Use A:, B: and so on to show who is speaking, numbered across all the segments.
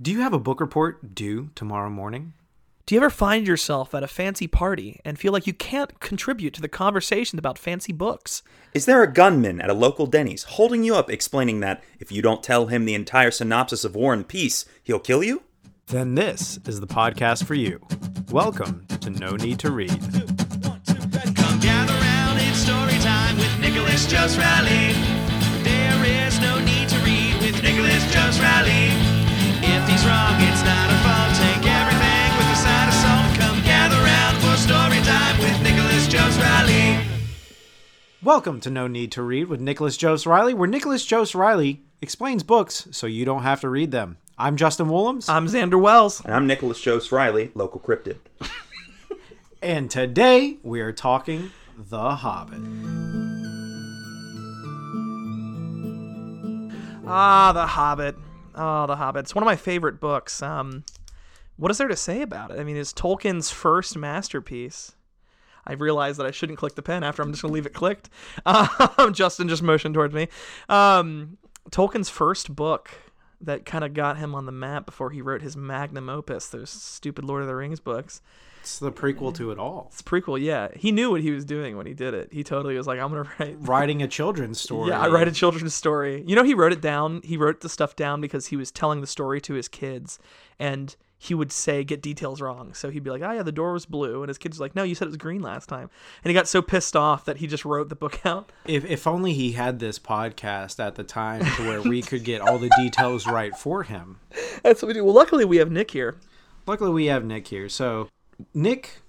A: Do you have a book report due tomorrow morning?
B: Do you ever find yourself at a fancy party and feel like you can't contribute to the conversation about fancy books?
C: Is there a gunman at a local Denny's holding you up, explaining that if you don't tell him the entire synopsis of War and Peace, he'll kill you?
A: Then this is the podcast for you. Welcome to No Need to Read.
D: Come gather round, it's story time with Nicholas Just Rally. There is no need to read with Nicholas Just Rally. If he's wrong, it's not a fault. Take everything with a side of salt. Come gather round for story time with Nicholas Just Rally.
A: Welcome to No Need to Read with Nicholas Jose Riley, where Nicholas Jose Riley explains books so you don't have to read them. I'm Justin Woolhams,
B: I'm Xander Wells.
C: And I'm Nicholas Jose Riley, local cryptid.
A: and today we are talking The Hobbit.
B: Ah, The Hobbit. Ah, The Hobbit. It's one of my favorite books. Um, what is there to say about it? I mean, it's Tolkien's first masterpiece. I've realized that I shouldn't click the pen after I'm just going to leave it clicked. Um, Justin just motioned towards me. Um, Tolkien's first book that kind of got him on the map before he wrote his magnum opus, those stupid Lord of the Rings books.
A: It's the prequel to it all.
B: It's a prequel, yeah. He knew what he was doing when he did it. He totally was like, I'm going to write
A: Writing a children's story.
B: yeah, I write a children's story. You know, he wrote it down. He wrote the stuff down because he was telling the story to his kids, and he would say get details wrong. So he'd be like, "Oh yeah, the door was blue," and his kids were like, "No, you said it was green last time." And he got so pissed off that he just wrote the book out.
A: If, if only he had this podcast at the time to where we could get all the details right for him.
B: That's what we do. Well, luckily we have Nick here.
A: Luckily, we have Nick here. So, Nick,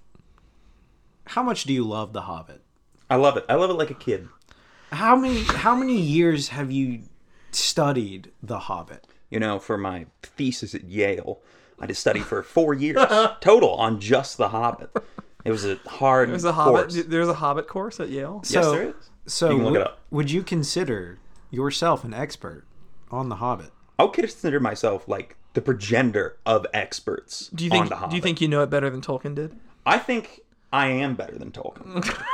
A: how much do you love The Hobbit?
C: I love it. I love it like a kid.
A: How many how many years have you studied The Hobbit?
C: You know, for my thesis at Yale, I had to study for four years total on just The Hobbit. It was a hard
B: There's a
C: course.
B: Hobbit. There's a Hobbit course at Yale.
C: Yes, there is.
A: So
C: You can look
A: would-
C: it up.
A: would you consider yourself an expert on The Hobbit?
C: I would consider myself like the progenitor of experts
B: Do you
C: on
B: think?
C: The Hobbit.
B: Do you think you know it better than Tolkien did?
C: I think I am better than Tolkien.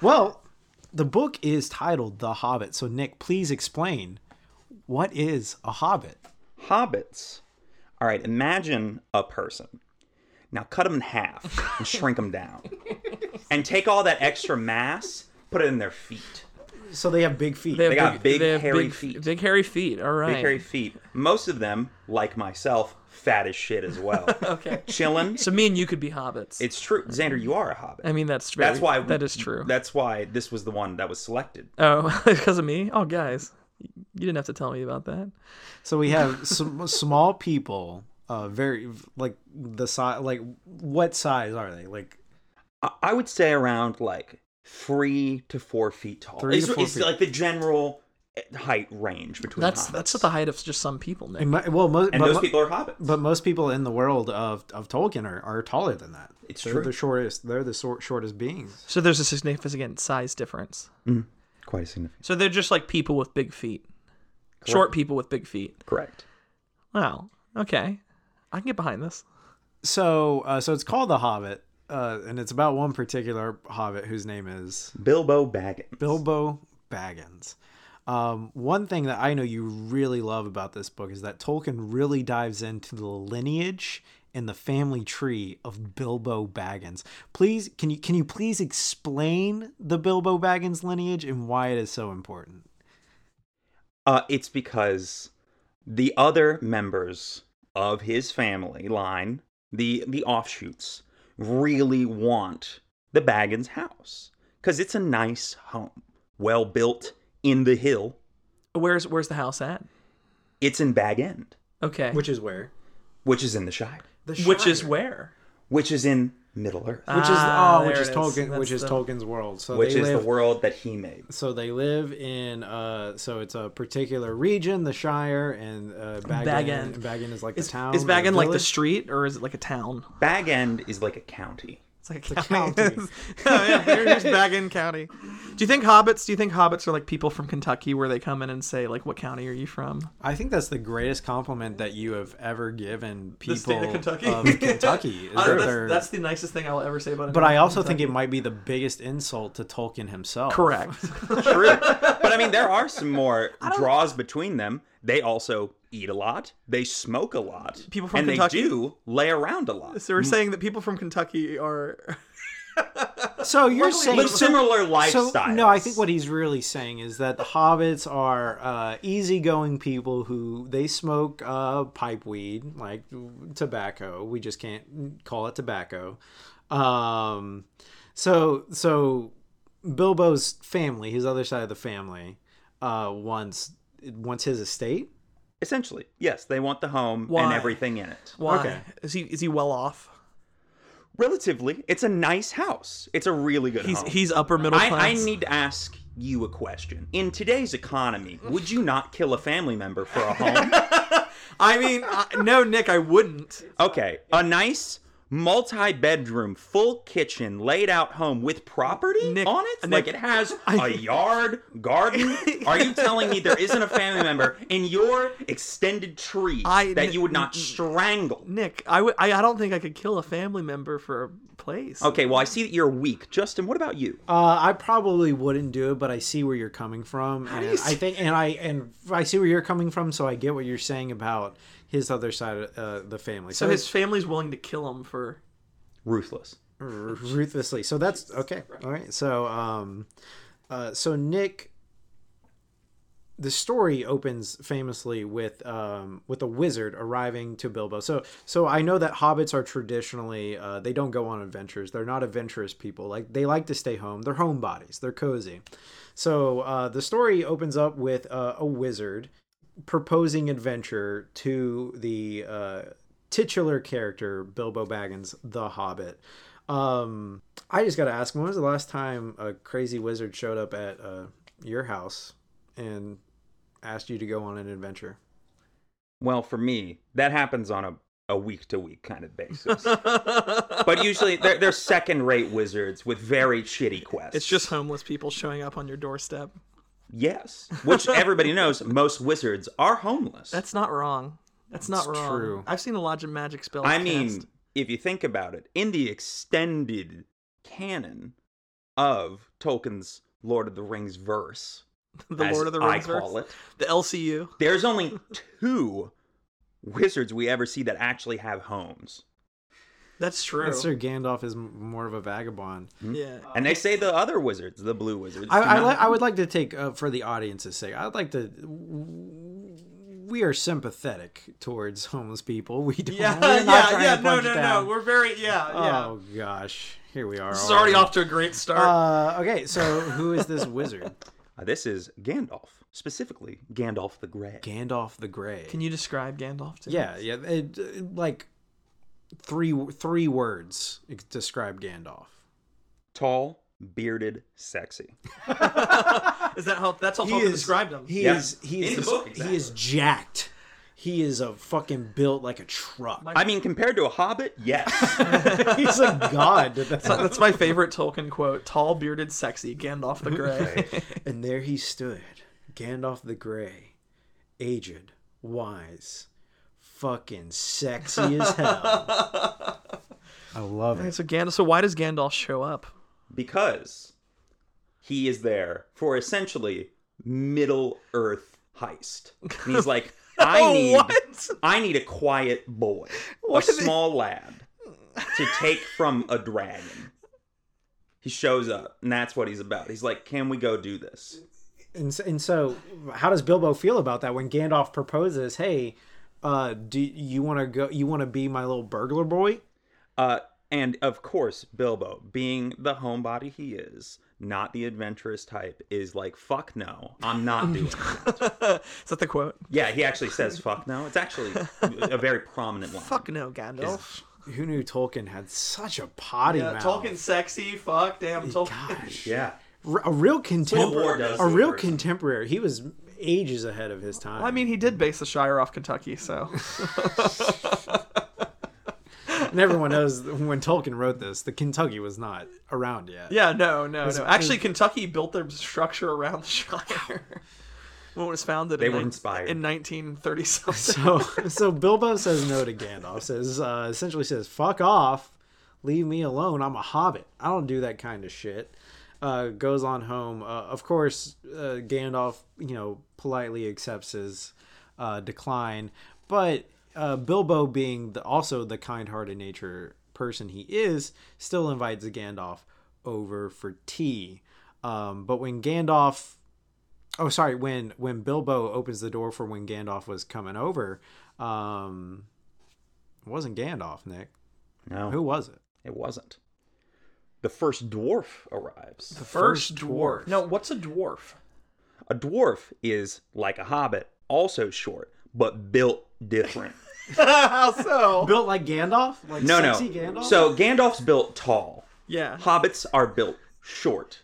A: Well, the book is titled The Hobbit. So Nick, please explain what is a hobbit?
C: Hobbits. All right, imagine a person. Now cut them in half and shrink them down. And take all that extra mass, put it in their feet.
A: So they have big feet.
C: They got big, hairy
B: big,
C: feet.
B: Big hairy feet. All right.
C: Big hairy feet. Most of them, like myself, fat as shit as well.
B: Okay.
C: Chillin'.
B: So me and you could be hobbits.
C: It's true. Xander, you are a hobbit.
B: I mean, that's true.
C: that's why
B: that is true.
C: That's why this was the one that was selected.
B: Oh, because of me? Oh, guys, you didn't have to tell me about that.
A: So we have some small people, uh very like the size like what size are they? Like
C: I- I would say around like three to four feet tall.
A: Three to
C: it's,
A: four
C: it's
A: feet.
C: like the general eh, height range between
B: That's
C: hobbits.
B: that's at the height of just some people, Nick.
A: in my- well, most,
C: and
A: but
C: those
A: mo-
C: people are hobbits.
A: But most people in the world of, of Tolkien are, are taller than that.
C: It's
A: they're
C: true.
A: The shortest. They're the sor- shortest beings.
B: So there's a significant size difference.
C: Quite a significant.
B: So they're just like people with big feet, short people with big feet.
C: Correct.
B: Wow. Okay, I can get behind this.
A: So uh, so it's called the Hobbit, uh, and it's about one particular Hobbit whose name is
C: Bilbo Baggins.
A: Bilbo Baggins. Um, one thing that I know you really love about this book is that Tolkien really dives into the lineage and the family tree of Bilbo Baggins. Please, can you can you please explain the Bilbo Baggins lineage and why it is so important?
C: Uh, it's because the other members of his family line, the the offshoots, really want the Baggins house because it's a nice home, well built in the hill.
B: Where's where's the house at?
C: It's in Bag End,
B: Okay,
A: Which is where
C: which is in the Shire,
A: the
B: which is where?
C: which is in Middle Earth,
A: which is
B: Ah,
A: oh, which
B: there
A: is
B: it is.
A: Tolkien,
B: That's
A: which is
B: the-
A: Tolkien's world. So
C: which
A: they
C: is
A: live,
C: the world that he made.
A: So they live in uh, so it's a particular region, the Shire, and uh, Baggin.
B: Baggin.
A: Baggin is like
B: Is,
A: the town.
B: is
A: or
B: Baggin like the
A: village.
B: street or is it like a town?
C: Bag End is like a county.
B: It's like
A: a county.
B: oh, yeah, here- here's Baggin County. Do you think hobbits? Do you think hobbits are like people from Kentucky, where they come in and say like, "What county are you from?"
A: I think that's the greatest compliment that you have ever given people
B: state of Kentucky.
A: of Kentucky. is
B: Uh,
A: that
B: that's,
A: they're-
B: that's the nicest thing I'll ever say about it.
A: but I also think it might be the biggest insult to Tolkien himself.
B: correct.
C: True. but I mean, there are some more draws between them. They also eat a lot. They smoke a lot.
B: People from
C: and
B: Kentucky-
C: they do lay around a lot.
B: So we're saying that people from Kentucky are
A: So you're saying
C: Live similar
A: so,
C: lifestyles.
A: no, I think what he's really saying is that the hobbits are uh, easygoing people who they smoke uh, pipe weed, like tobacco. We just can't call it tobacco. Um, so so Bilbo's family, his other side of the family, uh, wants wants his estate.
C: Essentially, yes, they want the home and
B: Why?
C: everything in it.
B: why?
A: Okay.
B: Is he is he well off?
C: Relatively, it's a nice house. It's a really good
B: He's
C: home.
B: he's upper middle class.
C: Oh, I, I need to ask you a question. In today's economy, would you not kill a family member for a home?
B: I mean, I, no, Nick, I wouldn't.
C: okay, a nice multi-bedroom, full kitchen, laid out home with property
B: Nick-
C: on it?
B: Nick-
C: like it has a yard, garden. Are you telling me there isn't a family member in your extended tree
B: I-
C: that you would not strangle?
B: Nick, I would. I, I don't think I could kill a family member for a place.
C: Okay, well I see that you're weak. Justin, what about you?
A: Uh, I probably wouldn't do it, but I see where you're coming from, and
B: do you
A: I
B: see-
A: think, and I and I see where you're coming from, so I get what you're saying about his other side of uh, the family.
B: So his family's willing to kill him for.
C: Ruthless.
A: r- ruthlessly. So that's okay. All right. So um, uh, so Nick, the story opens famously with um with a wizard arriving to Bilbo. So so I know that hobbits are traditionally uh, they don't go on adventures. They're not adventurous people. Like they like to stay home. They're homebodies. They're cozy. So uh, the story opens up with uh, a wizard proposing adventure to the uh, titular character Bilbo Baggins, the Hobbit. Um, I just got to ask, when was the last time a crazy wizard showed up at uh, your house and asked you to go on an adventure?
C: Well, for me, that happens on a a week to week kind of basis. but usually they're, they're second rate wizards with very shitty quests.
B: It's just homeless people showing up on your doorstep.
C: yes, which everybody knows most wizards are homeless.
B: That's not wrong. That's not
A: It's
B: wrong.
A: true.
B: I've seen a lot of magic spells.
C: I mean,
B: cast.
C: if you think about it, in the extended canon of Tolkien's Lord of the Rings verse,
B: the
C: as
B: Lord of the
C: I
B: Rings,
C: call
B: verse.
C: it,
B: the LCU.
C: there's only two wizards we ever see that actually have homes.
B: That's true.
A: Sir Gandalf is m- more of a vagabond.
B: Yeah.
A: Uh,
C: And they say the other wizards, the blue wizards.
A: I,
C: do
A: I,
C: not
A: li- I would like to take, uh, for the audience's sake, I'd like to. We are sympathetic towards homeless people. We don't.
B: Yeah,
A: we're not
B: yeah,
A: trying
B: yeah.
A: to
B: No,
A: punch
B: no,
A: down.
B: no. We're very, yeah, yeah.
A: Oh gosh, here we are.
B: this is already off to a great start.
A: Uh, okay, so who is this wizard?
C: Uh, this is Gandalf, specifically Gandalf the Grey.
A: Gandalf the Grey.
B: Can you describe Gandalf? To me?
A: Yeah, yeah. It, it- like three three words describe Gandalf.
C: Tall, bearded, sexy.
B: Is that how? That's how Tolkien described him.
A: He
C: Yeah.
A: is. He
C: In
A: is.
C: the book,
A: He is jacked. He is a fucking built like a truck.
C: I mean, compared to a hobbit, yes.
A: He's a god. to them.
B: That's my favorite Tolkien quote: "Tall, bearded, sexy, Gandalf the Grey."
A: And there he stood, Gandalf the Grey, aged, wise, fucking sexy as hell. I love it.
B: so Gandalf. So why does Gandalf show up?
C: because he is there for essentially Middle Earth heist. And he's like, I need,
B: Oh, what?
C: I need a quiet boy,
B: What
C: a
B: are they-
C: small lad to take from a dragon. He shows up, and that's what he's about. He's like, "Can we go do this?"
A: And so, and so, how does Bilbo feel about that when Gandalf proposes, "Hey, uh, do you want to go? You want to be my little burglar boy?"
C: Uh, and of course, Bilbo, being the homebody he is, not the adventurous type, is like, fuck no, I'm not doing it.
B: Is that the quote?
C: Yeah, he actually says fuck no. It's actually a very prominent one.
B: Fuck no, Gandalf.
A: Who knew Tolkien had such a potty
B: Yeah,
A: mouth?
B: Tolkien sexy. Fuck damn Tolkien.
A: Gosh,
C: Yeah.
A: R- a real
C: War
A: contemporary.
C: does
A: A
C: the
A: real
C: first.
A: contemporary. He was ages ahead of his time.
B: I mean, he did base the Shire off Kentucky, so
A: and everyone knows that when Tolkien wrote this, the Kentucky was not around yet.
B: yeah, no, no, no. Actually, Kentucky built their structure around the Shire when it was founded.
C: They
B: in
C: were
B: nin-
C: inspired.
B: in 1930 something.
A: So, so Bilbo says no to Gandalf. Says uh, essentially says fuck off, leave me alone. I'm a hobbit. I don't do that kind of shit. Uh, goes on home. Uh, of course, uh, Gandalf, you know, politely accepts his uh, decline. But uh, Bilbo, being the, also the kind-hearted nature person he is, still invites Gandalf over for tea. Um, but when Gandalf oh sorry when when bilbo opens the door for when gandalf was coming over um it wasn't gandalf nick
C: No,
A: who was it
C: it wasn't. The first dwarf arrives.
A: first dwarf.
B: No, what's a dwarf?
C: A dwarf is like a hobbit, also short, but built different.
B: How so?
A: built like gandalf like
C: No, no.
A: sexy gandalf
C: So Gandalf's built tall.
B: Yeah.
C: Hobbits are built short.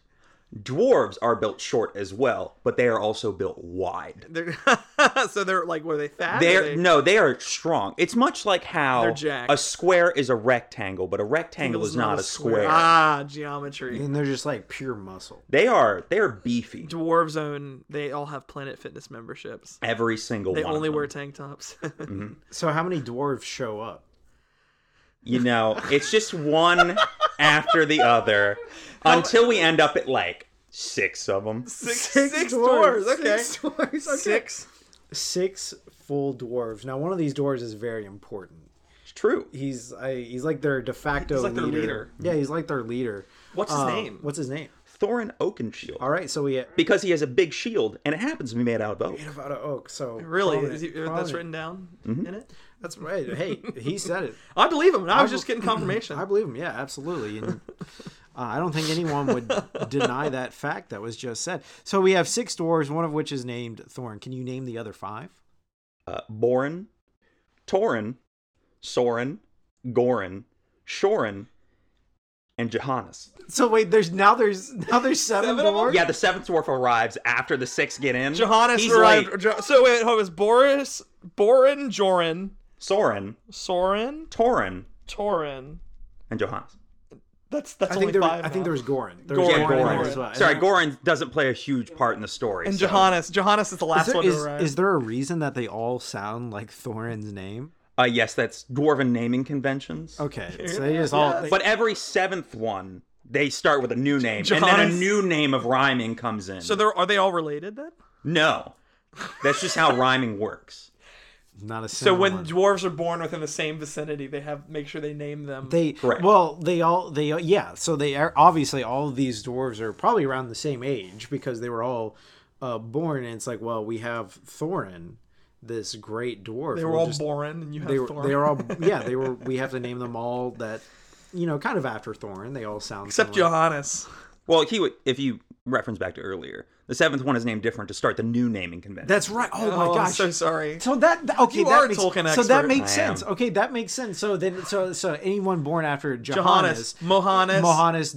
C: Dwarves are built short as well, but they are also built wide.
B: They're, so they're like, were they fat?
C: They're
B: Were they-
C: no, they are strong. It's much like how
B: They're jacked.
C: a square is a rectangle, but a rectangle
B: It's
C: is not a square.
B: Ah, geometry.
A: and they're just like pure muscle
C: They are they are beefy.
B: Dwarves own. They all have Planet Fitness memberships.
C: Every single
B: They
C: one. of
B: only
C: them.
B: wear tank tops.
A: so how many dwarves show up
C: You know, it's just one after the other until we end up at like six of them.
B: six,
A: six dwarves okay. six full dwarves now one of these dwarves is very important
C: It's true.
A: he's I, he's like their de facto
B: He's like their
A: leader.
B: leader.
A: yeah he's like their leader
B: What's his
A: Uh,
B: name?
A: what's his name
C: Thorin Oakenshield.
A: all right so we
C: Because he has a big shield and it happens to be made out of oak.
A: made of out of oak so
B: Really?
A: prominent,
B: Is he, that's
A: prominent.
B: written down
C: Mm-hmm.
B: in it?
A: That's right. Hey, he said it.
B: I believe him. and I was just getting confirmation.
A: I believe him. Yeah, absolutely. And uh, I don't think anyone would deny that fact that was just said. So we have six dwarves, one of which is named Thorn. Can you name the other five?
C: Uh, Borin, Torin, Soren, Gorin, Shorin, and Johannes.
A: So wait, there's now there's now there's seven,
B: Seven of them?
A: dwarves.
C: Yeah, the seventh dwarf arrives after the six get in.
B: Johannes
C: He's
B: arrived.
C: late.
B: Jo- so wait, hold on, it was Boris, Borin, Joran,
C: Soren,
B: Soren,
C: Torin,
B: Torin.
C: and Johannes.
B: That's that's
A: I
B: only
A: think there.
B: five.
A: I think
B: now.
A: there was Gorin. There
B: Gorin,
A: was
C: Yeah,
A: Gorin, in there
C: Gorin.
A: as well. And
C: Sorry,
A: then-
C: Gorin doesn't play a huge part in the story.
B: And
C: so-
B: Johannes. Johannes is the
A: Is
B: last
A: there,
B: one to
A: is,
B: arrive.
A: is there a reason that they all sound like Thorin's name?
C: Uh, yes, that's dwarven naming conventions.
A: Okay, so they just all.
C: But every seventh one, they start with a new name, and then a
B: Johannes.
C: new name of rhyming comes in.
B: so they're, are they all related then?
C: no, that's just how rhyming works.
A: not a
B: So
A: single
B: when
A: one.
B: dwarves are born within the same vicinity, they have make sure they name them.
A: They
C: Correct.
A: well, they all they yeah. So they are obviously all of these dwarves are probably around the same age because they were all uh, born. And it's like, well, we have Thorin, this great dwarf.
B: they were
A: We'll
B: all
A: just-
B: Borin, and you have
A: They were
B: Thorin.
A: they were all yeah. They were. We have to name them all that. You know, kind of after Thorin, they all sound
B: except
A: similar.
B: Johannes.
C: Well, he would if you reference back to earlier, the seventh one is named different to start the new naming convention.
A: That's right. Oh my
B: oh, I'm
A: gosh.
B: so sorry.
A: So that th- okay,
B: You
A: that
B: are a
A: makes,
B: Tolkien
A: so that
B: expert.
A: makes
C: I am.
A: sense. Okay, that makes sense. So then, so so anyone born after Johannes,
B: Johannes, Mohannes,
A: Mohannes,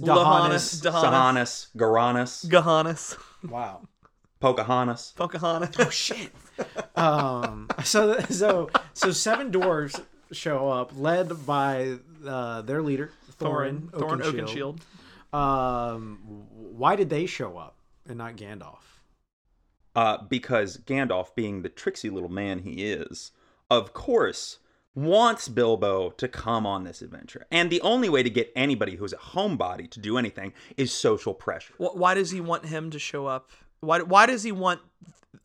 A: Dahannes.
B: Lahannes, Dahannes,
C: Sahannes, Garanus,
B: Gahannes,
A: wow,
C: Pocahontas.
B: Pocahontas.
A: Oh, shit. um, so so so seven dwarves show up, led by uh, their leader Thorin.
B: Thorin, Thorin
A: Oakenshield.
B: Oakenshield.
A: Um, w- why did they show up and not Gandalf?
C: Uh, because Gandalf, being the tricksy little man he is, of course wants Bilbo to come on this adventure. And the only way to get anybody who's a homebody to do anything is social pressure.
B: Wh- Why does he want him to show up? Why Why does he want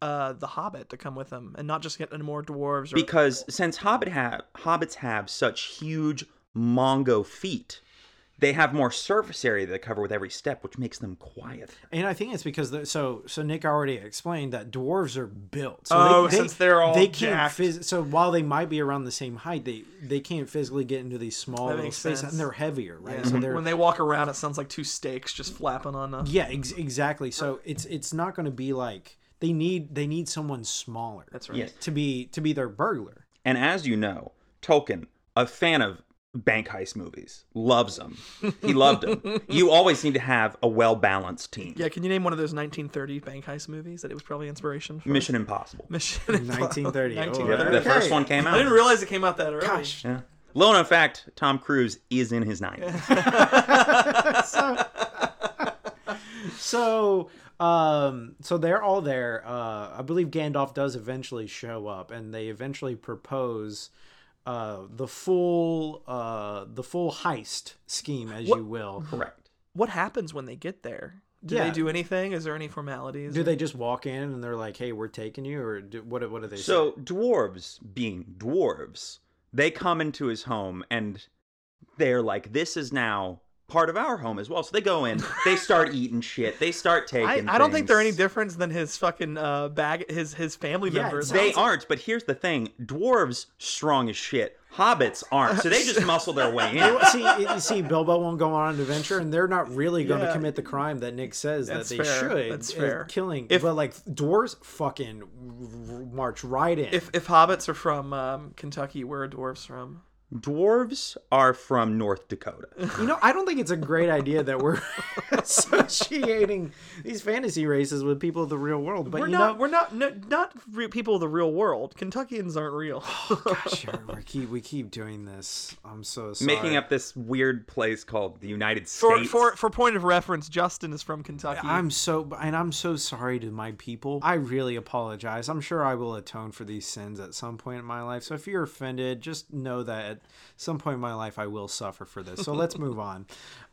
B: uh, the Hobbit to come with him and not just get any more dwarves? Or,
C: Because since Hobbit have, hobbits have such huge Mongo feet, they have more surface area they cover with every step, which makes them quiet.
A: And I think it's because the, so so Nick already explained that dwarves are built. So
B: Oh, since they're all
A: they can't
B: jacked.
A: phys- so while they might be around the same height, they they can't physically get into these small
B: That
A: little
B: makes
A: spaces
B: sense.
A: and they're heavier, right?
B: Yeah.
A: So they're
B: when they walk around, it sounds like two stakes just flapping on a.
A: Mm-hmm. Yeah, ex- exactly. So it's it's not going to be like they need they need someone smaller.
B: That's right.
C: Yes.
A: To be to be their burglar.
C: And as you know, Tolkien, a fan of bank heist movies, loves them. He loved them. you always need to have a well balanced team.
B: Yeah, can you name one of those 1930 bank heist movies that it was probably inspiration for?
C: Mission Impossible.
B: Mission Impossible.
A: 1930. Oh,
B: 1930.
A: Okay.
C: The first one came
B: I didn't
C: out.
B: realize it came out that early.
A: Gosh.
C: Yeah. Low known fact: Tom Cruise is in his 90s.
A: So um so they're all there. Uh I believe Gandalf does eventually show up and they eventually propose uh the full uh the full heist scheme as you will.
C: Correct.
B: What happens when they get there? Do
A: yeah.
B: they do anything? Is there any formalities?
A: Do they just walk in and they're like, "Hey, we're taking you," or do, what? What do they
C: So
A: say?
C: dwarves, being dwarves, they come into his home and they're like, "This is now part of our home as well." So they go in, they start eating shit, they start taking.
B: I, I don't think they're any
C: things.
B: different than his fucking uh, bag, his his family
A: Yeah,
B: members.
C: They aren't, but here's the thing: dwarves strong as shit. Hobbits aren't, so they just muscle their way in.
A: see, you see, Bilbo won't go on an adventure, and they're not really going to
B: Yeah.
A: commit the crime that Nick says
B: That's
A: that they
B: fair.
A: should.
B: That's
A: uh,
B: fair.
A: Killing,
B: If-
A: but like dwarves, fucking r- r- march right in.
B: If if hobbits are from um, Kentucky, where are dwarves from?
C: Dwarves are from North Dakota.
A: you know, I don't think it's a great idea that we're associating these fantasy races with people of the real world. But
B: We're
A: you
B: not.
A: know,
B: we're not. No, not re- people of the real world. Kentuckians aren't real.
A: sure, we keep we keep doing this. I'm so sorry.
C: Making up this weird place called the United
B: for,
C: States.
B: for for point of reference, Justin is from Kentucky.
A: I'm so and I'm so sorry to my people. I really apologize. I'm sure I will atone for these sins at some point in my life. So if you're offended, just know that at some point in my life I will suffer for this. So let's move on.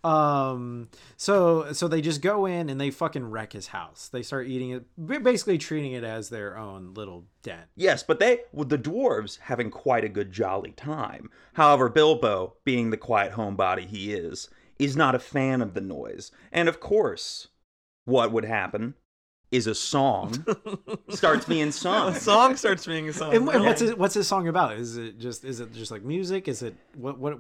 A: Um so so they just go in and they fucking wreck his house. They start eating it ba- basically treating it as their own little den.
C: Yes, but they with the dwarves having quite a good jolly time. However, Bilbo, being the quiet homebody he is, is not a fan of the noise. And of course, what would happen is a song starts being sung.
B: a song starts being a song.
A: And, and what's his, what's his song about? Is it just is it just like music? Is it what what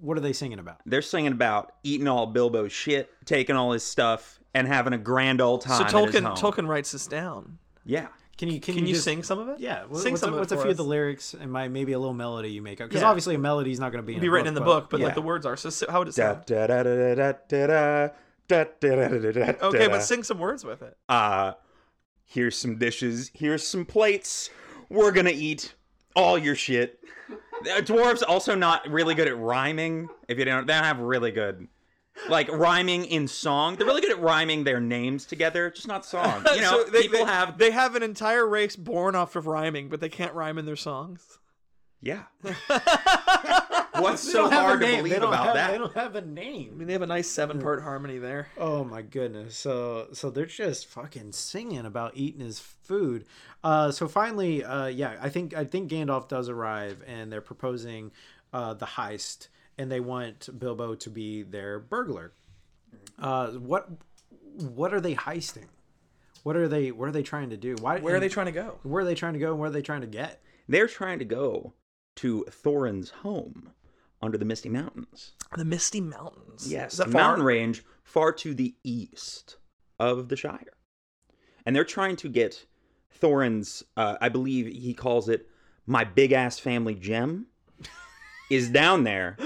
A: what are they singing about?
C: They're singing about eating all Bilbo's shit, taking all his stuff, and having a grand old
B: so
C: time. at his
B: Tolkien
C: home.
B: Tolkien writes this down.
C: Yeah.
A: Can you can,
B: Can you,
A: just-
B: sing some of it?
A: Yeah, wha-
B: sing
A: what's,
B: some.
A: a,
B: of it
A: what's a
B: for
A: few of
B: us.
A: the lyrics and my maybe a little melody you make up because
B: Yeah.
A: obviously a melody's not going to be in
B: be
A: a
B: written in the book, but like
A: yeah.
B: the words are. So si- how would it
C: Da
B: sound?
C: da da da da da da da da da da da.
B: Okay, but sing some words with it.
C: uh here's some dishes here's some plates we're gonna eat all your shit Uh, dwarves also not really good at rhyming if you don't they don't have really good like rhyming in song they're really good at rhyming their names together just not song you know
B: So they,
C: people
B: they-
C: have
B: they have an entire race born off of rhyming, but they can't rhyme in their songs.
C: yeah what's
A: They
C: so
A: don't have a
C: hard to
A: name.
C: believe
A: They don't
C: about
A: have-
C: that
A: They don't have a
B: I mean,
A: name.
B: they have a nice seven-part harmony there.
A: Oh my goodness! So so they're just fucking singing about eating his food. Uh, so finally, uh, yeah, I think I think Gandalf does arrive, and they're proposing uh, the heist, and they want Bilbo to be their burglar. Uh, what what are they heisting? What are they what are they trying to do? Why
B: Where are they trying to go?
A: Where are they trying to go and where are they trying to get?
C: they're trying to go to thorin's home under the misty mountains
B: The Misty Mountains.
C: Yes,
B: Is
C: a
B: that far?
C: mountain range far to the east of the Shire. And they're trying to get Thorin's, uh, I believe he calls it my big ass family gem, is down there.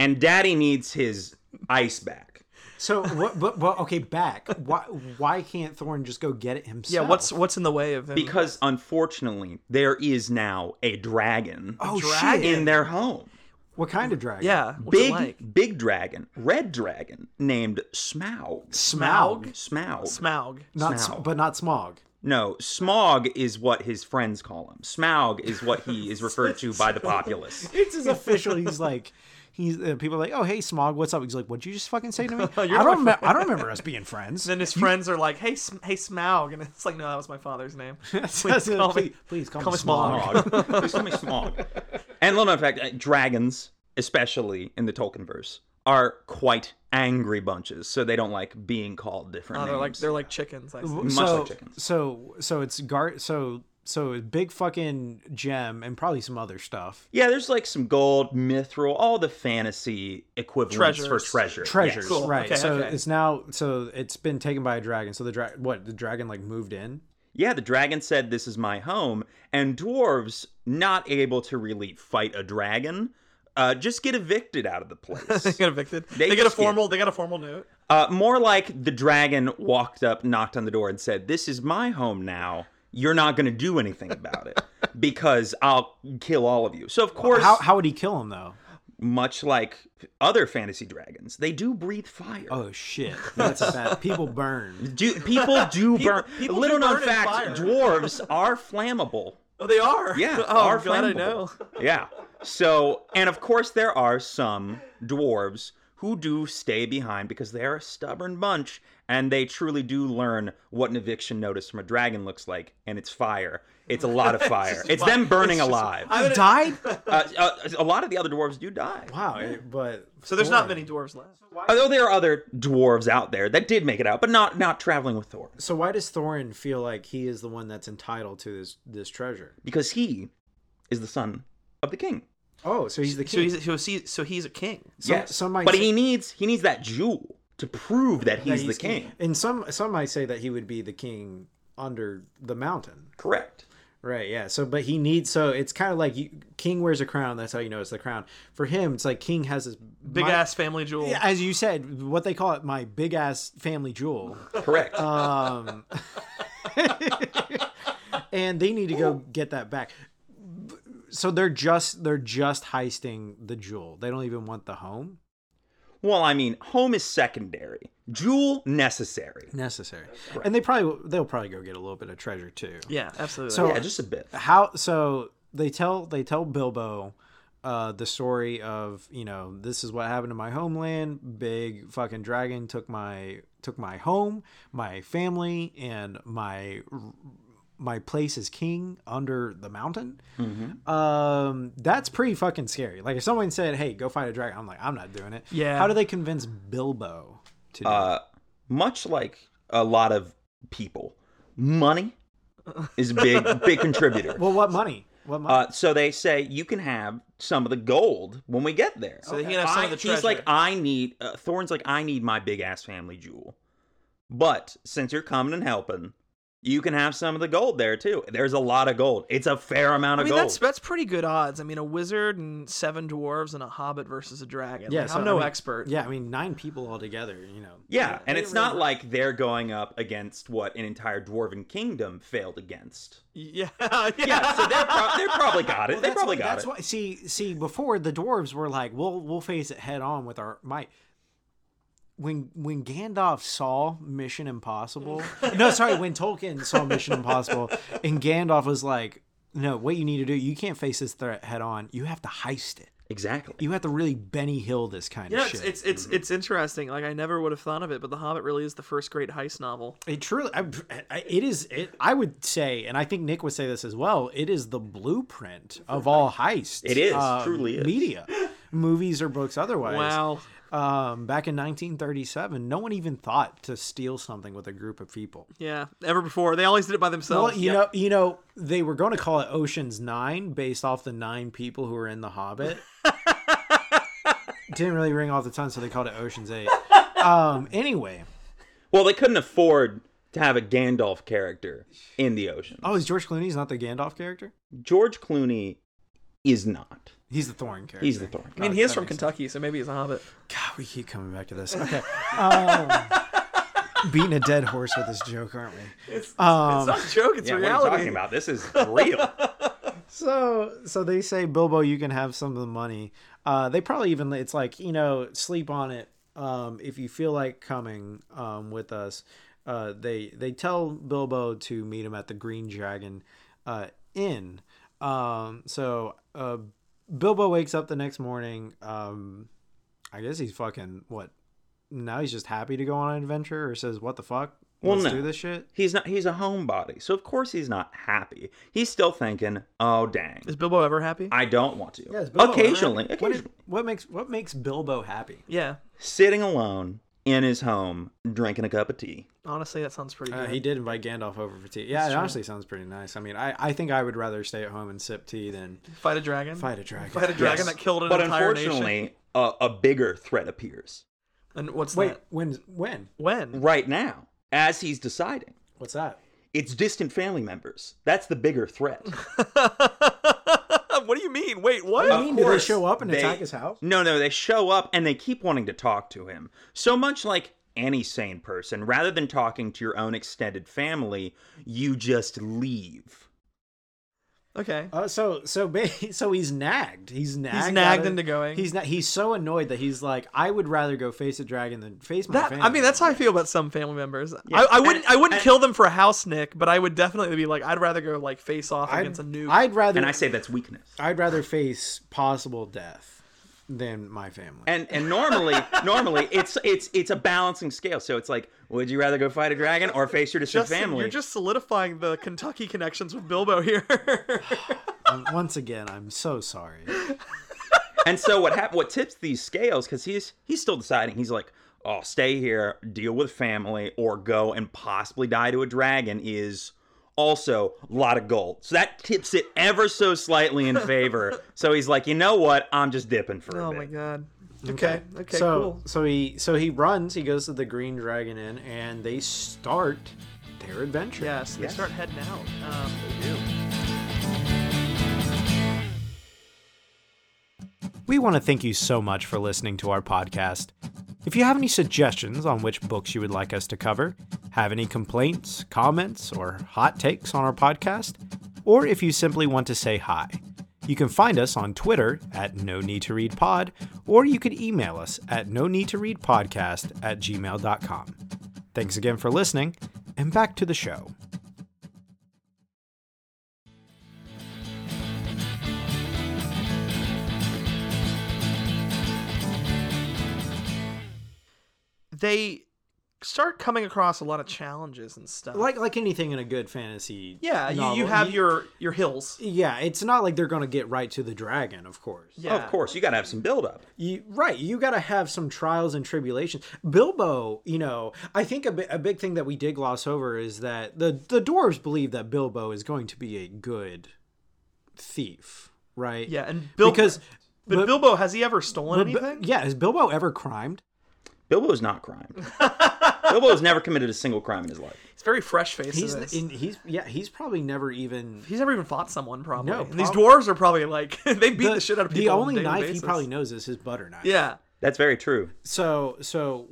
C: And daddy needs his ice back.
A: So what? But, but okay, back. Why? Why can't Thorn just go get it himself?
B: Yeah. What's what's in the way of him?
C: Because unfortunately, there is now a dragon
A: oh
B: dragon?
A: shit?
C: in their home.
A: What kind of dragon?
B: yeah, what's
C: Big,
B: it like?
C: big dragon, red dragon named Smaug.
A: Smaug?
C: Smaug.
B: Smaug.
A: not s-
C: Smaug.
A: but not Smog.
C: No, smog is what his friends call him. Smaug is what he is referred to by the populace.
A: It's his official. He's like. He's, uh, people are like, oh hey Smog, what's up? He's like, what'd you just fucking say to me? I
B: my
A: don't, remember. I don't remember us being friends.
B: Then his friends are like, "Hey, Sm- hey, Smaug," and it's like, "No, that was my father's name."
A: Please,
B: call me-
A: please call,
B: call
A: me
B: me Smog.
A: Smog.
C: Smog. Please tell me smog. And little known fact, uh, dragons, especially in the Tolkienverse, are quite angry bunches, so they don't like being called different
B: Oh, they're like
C: names.
B: they're like chickens. I see.
A: So,
C: Much like chickens.
A: so so it's gar so so a big fucking gem and probably some other stuff.
C: yeah, there's like some gold, mithril, all the fantasy equivalents for
B: Treasures.
C: treasure.
A: Treasures,
C: yes.
B: Cool.
A: right?
B: Okay,
A: so
B: okay.
A: it's now so it's been taken by a dragon. So the dragon, what the dragon like moved in?
C: Yeah, the dragon said, This is my home. And dwarves, not able to really fight a dragon, uh, just get evicted out of the
B: they
C: place.
B: get evicted.
C: They
B: They, get a
C: just get-
B: formal. They got a formal note.
C: uh, more like the dragon walked up, knocked on the door, and said, This is my home now. You're not going to do anything about it because I'll kill all of you. So, of course,
A: How how would he kill him though?
C: much like other fantasy dragons, they do breathe fire.
A: Oh shit, that's bad. People burn.
C: Do, people do burn.
B: people do
C: Little known
B: burn in
C: fact,
B: fire.
C: dwarves are flammable.
B: Oh, they are.
C: Yeah.
B: Oh,
C: are
B: I'm glad I
C: flammable.
B: know.
C: Yeah. So, and of course, there are some dwarves who do stay behind because they're a stubborn bunch and they truly do learn what an eviction notice from a dragon looks like, and it's fire. It's a lot of fire. it's them burning alive.
A: I died.
C: Uh, uh, a lot of the other dwarves do die.
A: wow, it- but
B: So there's not many dwarves left.
C: Although there are other dwarves out there that did make it out, but not not traveling with Thor
A: So why does Thorin feel like he is the one that's entitled to this this treasure?
C: because he is the son of the king.
A: Oh, so he's the
B: So
A: king.
B: he's, so he's so he's a king.
A: Some-
C: yes,
A: some might
C: but
A: say-
C: he needs he needs that jewel to prove that he's, the king.
A: And some some might say that he would be the king under the mountain.
C: Correct.
A: Right, yeah. So, but he needs so it's kind of like you, king wears a crown. That's how you know it's the crown. For him, it's like king has this
B: Big
A: my-
B: ass family jewel.
A: Yeah, As you said, what they call it, my big ass family jewel.
C: Correct.
A: Um, and they need to go get that back. So they're just they're just heisting the jewel. They don't even want the home
C: well, I mean, home is secondary. Jewel necessary.
A: necessary, and they probably they'll probably go get a little bit of treasure too.
B: Yeah, absolutely.
A: So
C: Yeah, just a bit.
A: how so they tell they tell bilbo uh the story of you know this is what happened to my homeland big fucking dragon took my took my home my family and my my place as king under the mountain
C: Mm-hmm.
A: um that's pretty fucking scary like if someone said hey go fight a dragon i'm like i'm not doing it
B: Yeah.
A: how do they convince bilbo to do it?
C: Uh, much like a lot of people, money is a big big contributor.
A: well what money what money
C: Uh, so they say you can have some of the gold when we get there.
B: So he can have some
C: I-
B: of the
C: He's
B: treasure.
C: like, I need uh, Thorn's like, I need my big ass family jewel. But since you're coming and helping, you can have some of the gold there too. There's a lot of gold. It's a fair amount
B: I
C: of
B: mean,
C: gold.
B: that's that's pretty good odds. I mean, a wizard and seven dwarves and a hobbit versus a dragon. Yeah,
A: yeah so,
B: I'm no
A: I mean-
B: expert.
A: yeah i mean nine people all together you know
C: yeah, and it's not like they're going up against what an entire dwarven kingdom failed against.
B: yeah, yeah.
C: Yeah, so they're pro- they probably got it. they
A: That's
C: probably
A: why-
C: got
A: that's
C: it.
A: why see see before the dwarves were like, we'll we'll face it head on with our might. When when Gandalf saw Mission Impossible, no, sorry, when Tolkien saw Mission Impossible, and Gandalf was like, "No, what you need to do, you can't face this threat head on. You have to heist it.
C: exactly.
A: You have to really Benny Hill this kind
B: You know,
A: of
B: it's
A: shit."
B: it's it's, it's interesting. Like I never would have thought of it, but The Hobbit really is the first great heist novel.
A: It truly, I, I- it is. It, I would say, and I think Nick would say this as well. It is the blueprint of all heists. um,
C: It is, truly is.
A: media, movies or books. Otherwise,
B: Wow.
A: Um, back in 1937, no one even thought to steal something with a group of people.
B: Yeah, ever before they always did it by
A: Well,
C: Oh,
B: themselves.
A: you know, you know, they were going to call it Ocean's Nine based off the nine people who were in The Hobbit. Didn't really ring off the tongue, so they called it Ocean's Eight. Um, anyway,
C: Well, they couldn't afford to have a Gandalf character in the ocean.
A: oh, is George Clooney's not the Gandalf character?
C: George Clooney is not.
A: He's the Thorn character.
C: He's the Thorn.
B: I mean, he is from Kentucky, so maybe he's a hobbit.
A: God, we keep coming back to this. Okay, um, beating a dead horse with this joke, aren't we? Um,
B: it's not a joke; it's
C: Yeah, what are you
B: reality.
C: talking about? This is real.
A: So, so they say Bilbo, you can have some of the money. Uh, they probably even it's like you know, sleep on it. Um, if you feel like coming um, with us, uh, they they tell Bilbo to meet him at the Green Dragon uh, Inn. Um, so uh, Bilbo wakes up the next morning. Um, I guess he's fucking what? Now he's just happy to go on an adventure, or says, "What the fuck?
C: Well,
A: Let's
C: no.
A: do this shit."
C: He's not. He's a homebody, so of course he's not happy. He's still thinking, "Oh dang,
B: Is Bilbo ever happy?
C: I don't want to."
A: Yes, Bilbo,
C: occasionally,
A: what-
C: occasionally,
A: what makes what makes Bilbo happy?
B: yeah,
C: sitting alone in his home, drinking a cup of tea.
B: honestly, that sounds pretty
A: Uh,
B: good.
A: he did invite Gandalf over for tea. Yeah, it honestly sounds pretty nice. I mean, I, I think I would rather stay at home and sip tea than
B: Fight a dragon.
A: fight a dragon.
B: Fight a dragon
C: Yes.
B: that killed an
C: but
B: entire nation.
C: unfortunately, a, a bigger threat appears
B: And what's
A: Wait,
B: that?
A: when? When?
B: When?
C: right now as he's deciding.
A: What's that?
C: It's distant family members. That's the bigger threat.
B: what do you mean? Wait, what?
A: I mean, do they
C: course,
A: show up and
C: they-
A: attack his house?
C: No, no, they show up and they keep wanting to talk to him. So much like any sane person, rather than talking to your own extended family, you just leave.
B: Okay.
A: Uh, so so ba- so he's nagged. He's nagged.
B: nagged
A: out of-
B: into going.
A: He's na- he's so annoyed that he's like, I would rather go face a dragon than face my
B: That,
A: family.
B: I mean, that's how I feel about some family members.
C: Yeah.
B: I, I wouldn't, I wouldn't
C: And-
B: kill them for a house, Nick, but I would definitely be like, I'd rather go like face off
A: I'd,
B: against a nuke.
A: I'd rather
C: And I say that's weakness.
A: I'd rather face possible death. than my family.
C: And and normally normally it's it's it's a balancing scale. So it's like, would you rather go fight a dragon or face your distant
B: Justin,
C: family?
B: You're just solidifying the Kentucky connections with Bilbo here.
A: Um, Once again, I'm so sorry.
C: and so what hap- what tips these scales because he's he's still deciding he's like oh stay here deal with family or go and possibly die to a dragon is also a lot of gold so that tips it ever so slightly in favor so he's like you know what i'm just dipping for a
B: oh
C: bit
B: my god. Okay. Okay.
A: so
B: cool.
A: so he so he runs. He goes to the Green Dragon Inn, and they start their adventure.
B: Yes, they
C: Yes.
B: start heading out. Um, they do.
A: We want to thank you so much for listening to our podcast. If you have any suggestions on which books you would like us to cover, have any complaints, comments, or hot takes on our podcast, or if you simply want to say hi, you can find us on Twitter at No Need to Read Pod, or you could email us at No Need to Read Podcast at gmail.com. Thanks again for listening, and back to the show.
B: They start coming across a lot of challenges and stuff.
A: Like like anything in a good fantasy.
B: yeah, you, you
A: novel,
B: have your your hills.
A: Yeah, it's not like they're going to get right to the dragon, of course.
B: Yeah.
C: of course you gotta have some build up
A: You, right, you got to have some trials and tribulations. Bilbo, you know, I think a, bi- a big thing that we did gloss over is that the the dwarves believe that Bilbo is going to be a good thief, right?
B: Yeah, and Bilbo.
A: because
B: but,
A: but-
B: Bilbo has he ever stolen
A: Bi-
B: anything?
A: yeah, has Bilbo ever crimed?
C: bilbo's not crime bilbo's never committed a single crime in his life
B: He's very fresh faced.
A: He's
B: in this.
A: in, he's yeah, he's probably never even
B: He's never even fought someone, probably.
A: No,
B: and these
A: prob-
B: dwarves are probably like they beat the, shit out of people. on a
A: only
B: daily
A: knife
B: basis.
A: he probably knows is his butter knife.
B: Yeah,
C: that's very true
A: so so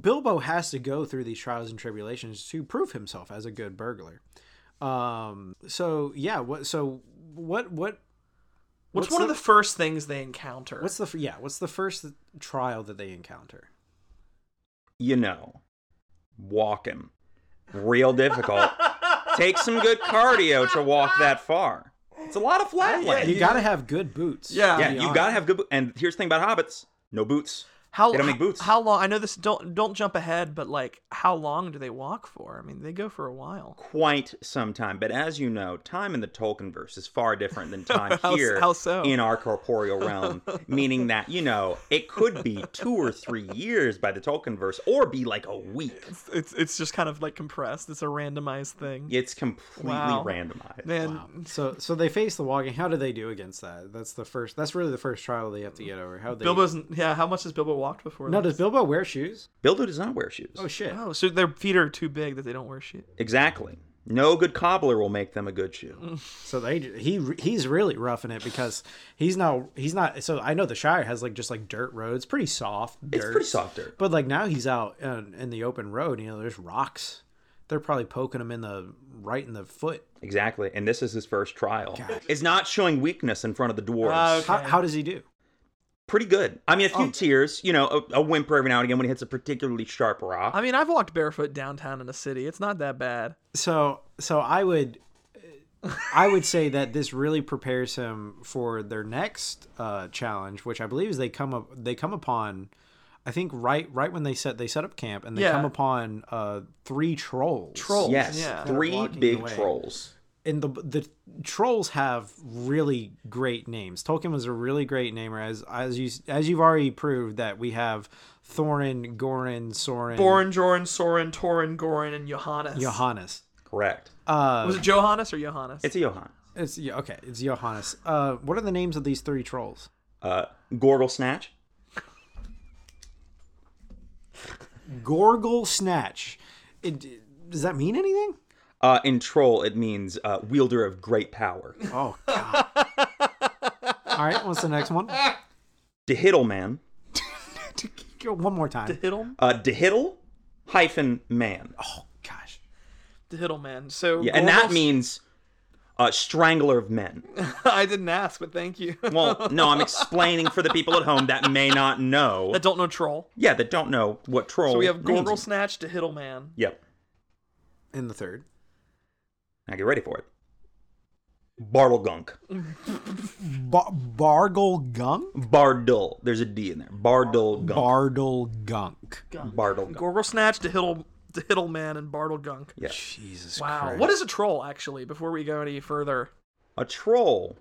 A: bilbo has to go through these trials and tribulations to prove himself as a good burglar um so yeah what so what what
B: what's,
A: What's
B: one
A: the-
B: of the first things they encounter?
A: what's the f- yeah what's the first trial that they encounter
C: you know, walk him. Real difficult. Take some good cardio to walk that far. It's a lot of
B: Oh,
C: flatland.
A: you gotta have good boots
B: Yeah.
C: yeah,
A: to be
C: you
A: honest.
C: gotta have good. bo- And here's the thing about hobbits: no boots.
B: how
C: They don't make boots.
B: How long? I know this. Don't don't jump ahead, but like, how long do they walk for? I mean, they go for a while.
C: Quite some time, but as you know, time in the Tolkienverse is far different than time
B: How-
C: here
B: how so?
C: in our corporeal realm. meaning that you know it could be two or three years by the Tolkienverse, or be like a week.
B: It's it's just kind of like compressed. It's a randomized thing.
C: It's completely
B: Wow.
C: randomized.
B: Man,
A: so so they face the walking how do they do against that that's the first that's really the first trial they have to get over how they
B: Bilbo's yeah. How much has Bilbo walked before?
A: no
B: this?
A: does bilbo wear shoes
C: Bilbo does not wear shoes.
A: oh shit
B: Oh, so their feet are too big that they don't wear shoes.
C: Exactly. No good cobbler will make them a good shoe.
A: So they he he's really roughing it because he's now he's not. So I know the Shire has like just like dirt roads, pretty soft dirt,
C: It's pretty soft dirt.
A: But like now he's out in, in the open road. You know, there's rocks. They're probably poking him in the right in the foot.
C: Exactly. And this is his first trial. It's not showing weakness in front of
B: Ah,
C: the dwarves.
B: okay.
A: How, how does he do?
C: Pretty good. I mean, a
A: oh.
C: few tears, you know, a, a whimper every now and again when he hits a particularly sharp rock.
B: I mean, I've walked barefoot downtown in a city. It's not that bad.
A: So so I would I would say that this really prepares him for their next uh, challenge, which I believe is they come up they come upon. I think right right when they set they set up camp and they
B: Yeah.
A: come upon uh, three trolls.
B: Trolls.
C: yes.
B: Yeah.
C: Three
A: Walking
C: big
A: away.
C: trolls.
A: and the the trolls have really great names. Tolkien was a really great namer, as as you as you've already proved that we have Thorin, Gorin, Sorin,
B: Borin, Jorin, Sorin, Torin, Gorin, and Johannes.
A: Johannes.
C: Correct.
A: Uh,
B: Was it Johannes or Johannes?
C: it's a Johan.
A: It's yeah, okay. It's Johannes. Uh, what are the names of these three trolls?
C: Uh, Gorgle Snatch.
A: Gorgle Snatch. It, does that mean anything?
C: Uh, in troll, it means uh, wielder of great power.
A: Oh God. All right. What's the next one?
C: Dehiddle Man.
A: Go One more time.
B: Hiddle?
C: Uh, Dehiddle hyphen man.
A: Oh gosh.
B: The Hiddleman. So
C: Yeah, and that
B: Gorgles-
C: means uh, strangler of men.
B: I didn't ask, but thank you.
C: Well, no, I'm explaining for the people at home that may not know.
B: I don't know troll.
C: Yeah, that don't know what troll.
B: So we have
C: means.
B: Gorgle Snatch to Hiddleman.
C: Yep.
A: And the third.
C: Now get ready for it. Bartlegunk.
A: Ba- Bargle Gunk?
C: Bardle. There's a D in there. Bardle Gunk.
A: Bardle Gunk.
C: Bardle Gunk.
B: Gorgle Snatch to Hiddle to Hiddleman and Bartle Gunk.
C: Yeah.
A: Jesus
B: Wow.
A: Christ.
B: What is a troll actually? Before we go any further,
C: A troll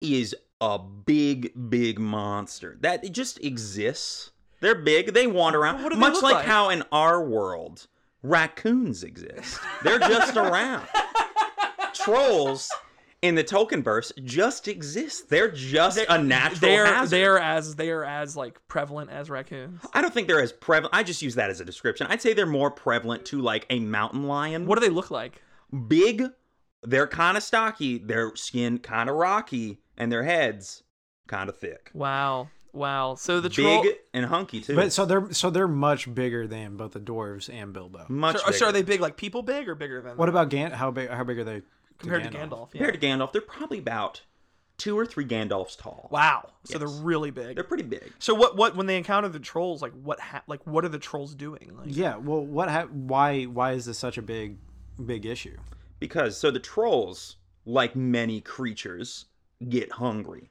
C: is a big, big monster that it just exists. They're big. They wander around.
B: What do they
C: Much
B: look
C: like,
B: like?
C: how in our world raccoons exist. They're just around. Trolls in the Tolkienverse just exist. They're just a natural
B: they're
C: hazard.
B: they're as they're as like prevalent as raccoons.
C: I don't think they're as prevalent. I just use that as a description. I'd say they're more prevalent to like a mountain lion.
B: What do they look like?
C: big. They're kind of stocky. Their skin kind of rocky, and their heads kind of thick.
B: Wow, wow. So the troll.
C: Big and hunky too.
A: But so they're so they're much bigger than both the dwarves and Bilbo.
C: much.
B: so, so
C: bigger.
B: are they big like people big or bigger than
A: What about Gan? How big? How big are they
B: compared to Gandalf? yeah.
C: compared to Gandalf? They're probably about two or three Gandalfs tall.
B: Wow. So
C: Yes.
B: they're really big.
C: They're pretty big.
B: so what what when they encounter the trolls like what ha- like what are the trolls doing? Like
A: Yeah. Well, what? Ha- why? Why is this such a big, big issue?
C: Because so the trolls, like many creatures, get hungry.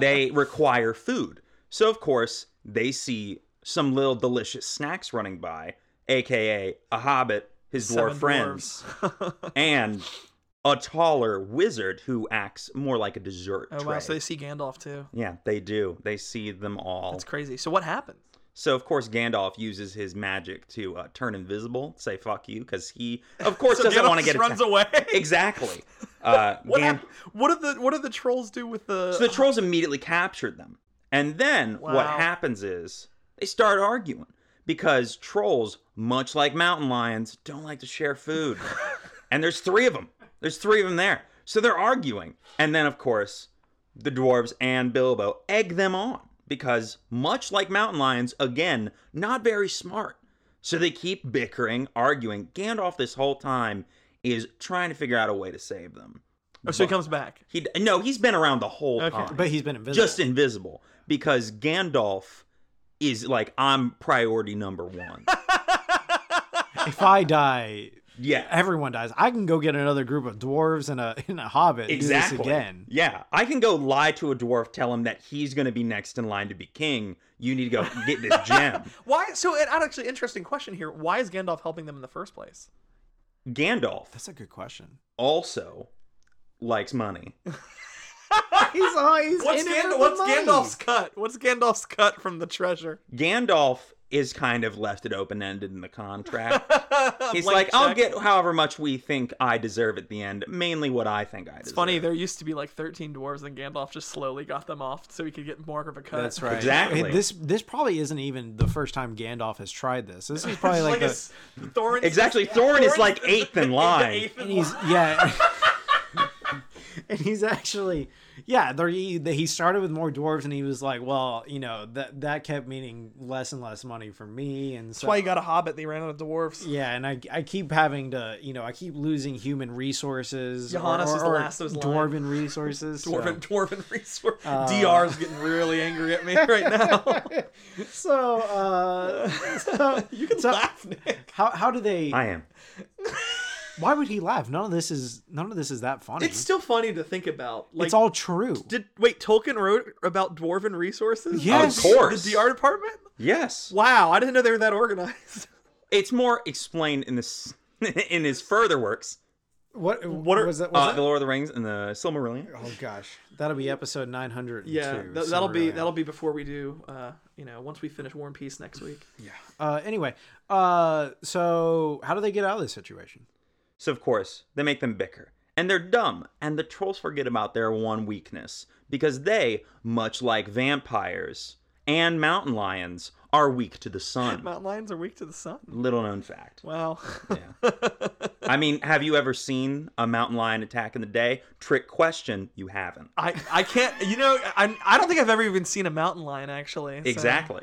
C: they require food. So of course, they see some little delicious snacks running by, aka a hobbit, his dwarf
B: seven
C: friends,
B: dwarves.
C: and a taller wizard who acts more like a dessert
B: oh
C: tray.
B: wow. So they see Gandalf too.
C: yeah, they do. They see them all.
B: That's crazy. So what happens?
C: So of course Gandalf uses his magic to uh, turn invisible, say "fuck you," because he, of course,
B: So
C: doesn't
B: Gandalf
C: want to
B: just
C: get
B: runs
C: attacked.
B: away.
C: Exactly. Uh,
B: What,
C: Gan-
B: hap- what do the what do the trolls do with the?
C: so the trolls immediately captured them, and then what
B: Wow.
C: happens is they start arguing because trolls, much like mountain lions, don't like to share food. and there's three of them. There's three of them there, so they're arguing, and then of course the dwarves and Bilbo egg them on because, much like mountain lions, again, not very smart. So they keep bickering, arguing. Gandalf this whole time is trying to figure out a way to save them.
B: oh, so he comes back.
C: He no, he's been around the whole
B: Okay.
C: time,
A: But he's been invisible.
C: just invisible because Gandalf is like I'm priority number one.
A: if I die,
C: yeah,
A: everyone dies. I can go get another group of dwarves and a and a hobbit. and do this
C: exactly.
A: again.
C: Yeah, I can go lie to a dwarf, tell him that he's going to be next in line to be king. You need to go get this gem.
B: Why? So an actually interesting question here. Why is Gandalf helping them in the first place?
C: Gandalf
A: That's a good question.
C: also likes money.
A: He's, uh, he's
B: What's,
A: in it for
B: Gandalf,
A: the
B: what's
A: money.
B: Gandalf's cut? What's Gandalf's cut from the treasure?
C: Gandalf is kind of left it open ended in the contract. He's
B: Blank
C: like, I'll
B: check.
C: get however much we think I deserve at the end, mainly what I think I deserve.
B: It's funny. There used to be like 13 dwarves, and Gandalf just slowly got them off so he could get more of a cut.
A: That's right.
C: Exactly.
A: Hey, This this probably isn't even the first time Gandalf has tried this. This is probably
B: It's
A: like,
B: like,
A: the-
B: it's Thorin.
C: Exactly. Thorin is like
B: Thorin's
C: eighth in
B: the
C: line.
B: eighth in
A: he's yeah. and he's actually yeah, there he, he started with more dwarves and he was like, well, you know, that that kept meaning less and less money for me and so
B: That's why you got a hobbit. They ran out of dwarves.
A: yeah, and I, I keep having to, you know, I keep losing human resources. or-
B: Johannes
A: or,
B: is the
A: or
B: last of his line.
A: Dwarven resources. so-
B: Dwarven, dwarven resource. DR's getting really angry at me right now.
A: So, uh, so
B: you can
A: So-
B: laugh, Nick.
A: how how do they?
C: I am.
A: why would he laugh? None of this is none of this is that funny.
B: It's still funny to think about. Like,
A: it's all true.
B: did wait Tolkien wrote about dwarven resources?
A: Yes.
C: Of course.
B: The DR department.
C: Yes.
B: Wow, I didn't know they were that organized.
C: It's more explained in this in his further works,
A: What
B: What are-
A: was that?
C: uh,
A: Was
C: The
A: that?
C: Lord of the Rings and the Silmarillion.
A: Oh gosh, that'll be episode nine hundred.
B: Yeah, th- that'll be that'll be before we do. Uh, you know, once we finish War and Peace next week.
A: Uh, anyway, uh, so how do they get out of this situation?
C: So of course they make them bicker, and they're dumb, and the trolls forget about their one weakness because they, much like vampires and mountain lions, are weak to the sun.
B: Mountain lions are weak to the sun.
C: Little known fact.
B: Wow.
C: Yeah. I mean, have you ever seen a mountain lion attack in the day? Trick question. You haven't.
B: I, I can't you know I, I don't think I've ever even seen a mountain lion actually. so-
C: Exactly.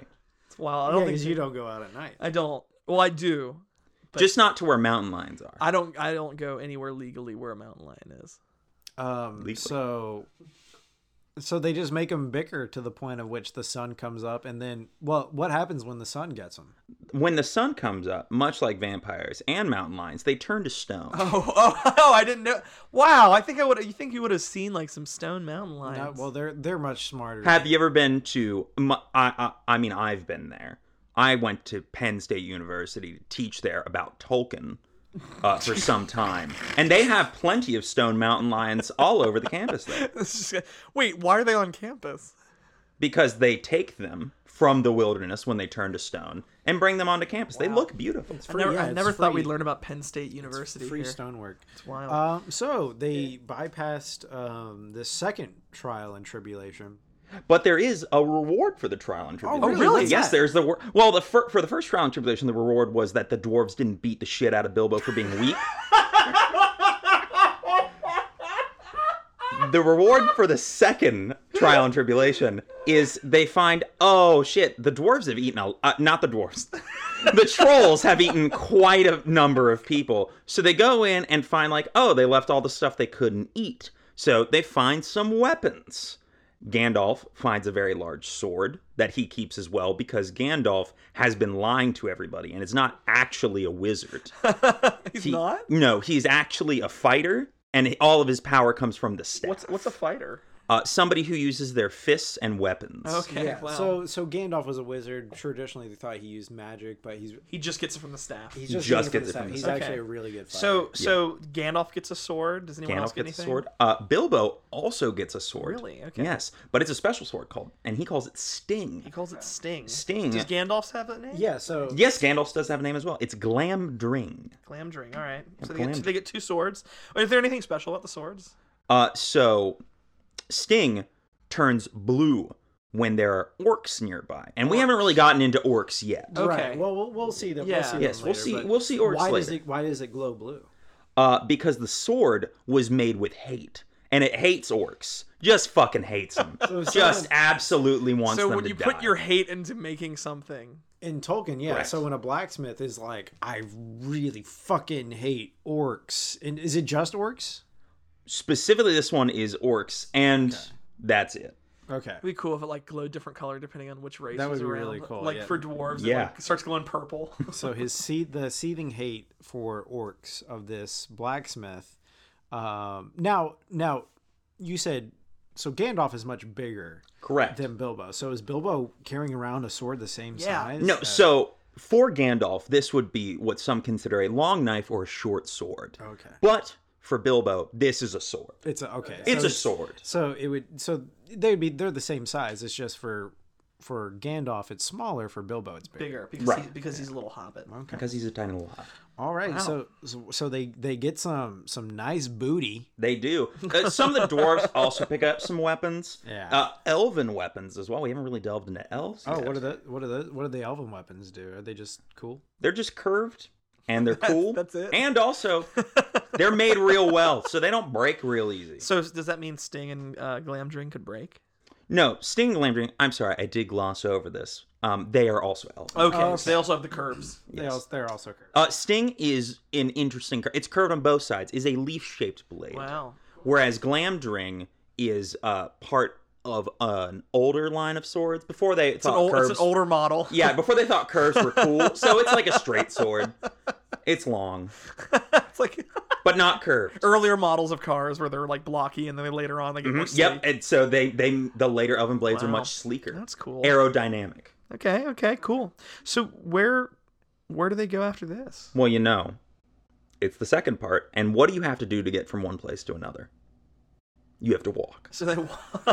B: Wow, I don't think
A: you don't go out at night.
B: I don't. Well, I do.
C: Just not to where mountain lions are.
B: I don't. I don't go anywhere legally where a mountain lion is.
A: Um,
C: Legally.
A: so So they just make them bicker to the point of which the sun comes up, and then, well, what happens when the sun gets them?
C: When the sun comes up, much like vampires and mountain lions, they turn to stone.
B: Oh, oh, oh! I didn't know. Wow, I think I would. You think you would have seen like some stone mountain
A: No,
B: lions?
A: well, they're they're much smarter.
C: Have you ever been to? m- I, I I mean, I've been there. I went to Penn State University to teach there about Tolkien uh, for some time, and they have plenty of stone mountain lions all over the campus there
B: It's just- wait, why are they on campus?
C: because they take them from the wilderness when they turn to stone and bring them onto campus. They look beautiful.
B: I never,
A: yeah,
B: I
A: it's
B: never thought we'd
A: free.
B: learn about Penn State University
A: free
B: here.
A: stonework. It's
B: wild.
A: Um, so they bypassed um, the second trial and tribulation.
C: But there is a reward for the trial and tribulation.
A: Oh, really? What's
C: Yes,
A: that?
C: there's the wor- well. The fir- for the first trial and tribulation, the reward was that the dwarves didn't beat the shit out of Bilbo for being weak. the reward for the second trial and tribulation is they find oh shit the dwarves have eaten a, uh, not the dwarves the trolls have eaten quite a number of people so they go in and find like oh they left all the stuff they couldn't eat so they find some weapons Gandalf finds a very large sword that he keeps as well because Gandalf has been lying to everybody and is not actually a wizard.
B: He's
C: He-
B: not.
C: No, he's actually a fighter and he- all of his power comes from the staff.
B: What's what's a fighter?
C: uh, somebody who uses their fists and weapons.
B: Oh, Okay, wow.
A: So so Gandalf was a wizard. Traditionally, they thought he used magic, but he's
B: he just gets it from the staff.
A: he's just,
C: Just
A: doing
C: gets
A: it
C: it
A: for the
C: from
A: sound.
C: the
A: He's
C: sound.
A: actually
B: Okay.
A: a really good. Fighter.
B: So so Gandalf gets a sword. Does anyone else
C: Gandalf
B: get
C: gets a
B: anything?
C: sword. Uh, Bilbo also gets a sword.
B: Really? Okay.
C: Yes, but it's a special sword called, and he calls it Sting.
B: He calls it Sting.
C: Sting.
B: Does Gandalf's have that name?
A: yeah, so
C: yes, Gandalf does have a name as well. It's Glamdring.
B: Glamdring. All right. So they get,
C: Glamdring.
B: they get two swords. Is there anything special about the swords?
C: Uh, so Sting turns blue when there are orcs nearby, and
A: Oh,
C: we haven't really gotten into orcs yet.
B: okay.
A: Right. Well, we'll we'll see them.
B: Yeah.
A: We'll see them
C: Yes, we'll
A: later,
C: see-
A: but
C: we'll see orcs
A: Why does
C: later.
A: it Why does it glow blue?
C: Uh, because the sword was made with hate, and it hates orcs. Just fucking hates them. Just
A: someone-
C: absolutely wants
B: So
C: them
B: when
C: to
B: you
C: die.
B: put your hate into making something,
A: In Tolkien, yeah.
C: Correct.
A: So when a blacksmith is like, I really fucking hate orcs, and is it just orcs?
C: specifically this one is orcs, and that's it.
A: Okay.
B: it'd be cool if it like glowed different color depending on which race
A: That
B: was
A: would be
B: around.
A: really cool,
B: Like
A: yeah.
B: for dwarves, it
C: Yeah.
B: like, starts glowing purple.
A: So his see the seething hate for orcs of this blacksmith. Um, now, now, you said so. Gandalf is much bigger
C: Correct.
A: than Bilbo. So is Bilbo carrying around a sword the same
B: Yeah.
A: size?
C: No,
A: as-
C: so for Gandalf, this would be what some consider a long knife or a short sword.
A: okay.
C: But for Bilbo, this is a sword.
A: It's a, okay.
C: It's
A: so
C: a sword.
A: So it would. So they'd be. They're the same size. It's just for for Gandalf, it's smaller. For Bilbo, it's bigger.
B: Bigger because
C: Right.
B: he's, because he's a little hobbit.
C: Because he's a tiny little hobbit.
A: All right. So, so so they they get some some nice booty.
C: They do. Uh, some of the dwarves also pick up some weapons.
A: Yeah.
C: Uh, elven weapons as well. We haven't really delved into elves.
A: Oh,
C: yet.
A: what are the what are the what do the elven weapons do? Are they just cool?
C: They're just curved and they're cool.
B: that's it.
C: And also, they're made real well, so they don't break real easy.
B: So does that mean Sting and uh, Glamdring could break?
C: No, Sting and Glamdring. I'm sorry, I did gloss over this. Um, they are also elven.
B: Oh, Okay, so they also have the curves.
A: They also, they're also curved.
C: Uh, Sting is an interesting. cur- It's curved on both sides. Is a leaf-shaped blade.
B: Wow.
C: Whereas Glamdring is uh, part of an older line of swords. Before they
B: It's an,
C: thought
B: old,
C: curves.
B: it's an older model.
C: Yeah, before they thought curves were cool. so it's like a straight sword. It's long,
B: it's like
C: but not curved.
B: earlier models of cars where they're like blocky and then they later on they get more
C: Mm-hmm. Mm, Yep,
B: sleek.
C: and so they they the later oven blades are
B: Wow.
C: much sleeker.
B: That's cool.
C: Aerodynamic.
B: Okay, okay, cool. So where where do they go after this?
C: Well, you know, it's the second part. And what do you have to do to get from one place to another? You have to walk.
B: So they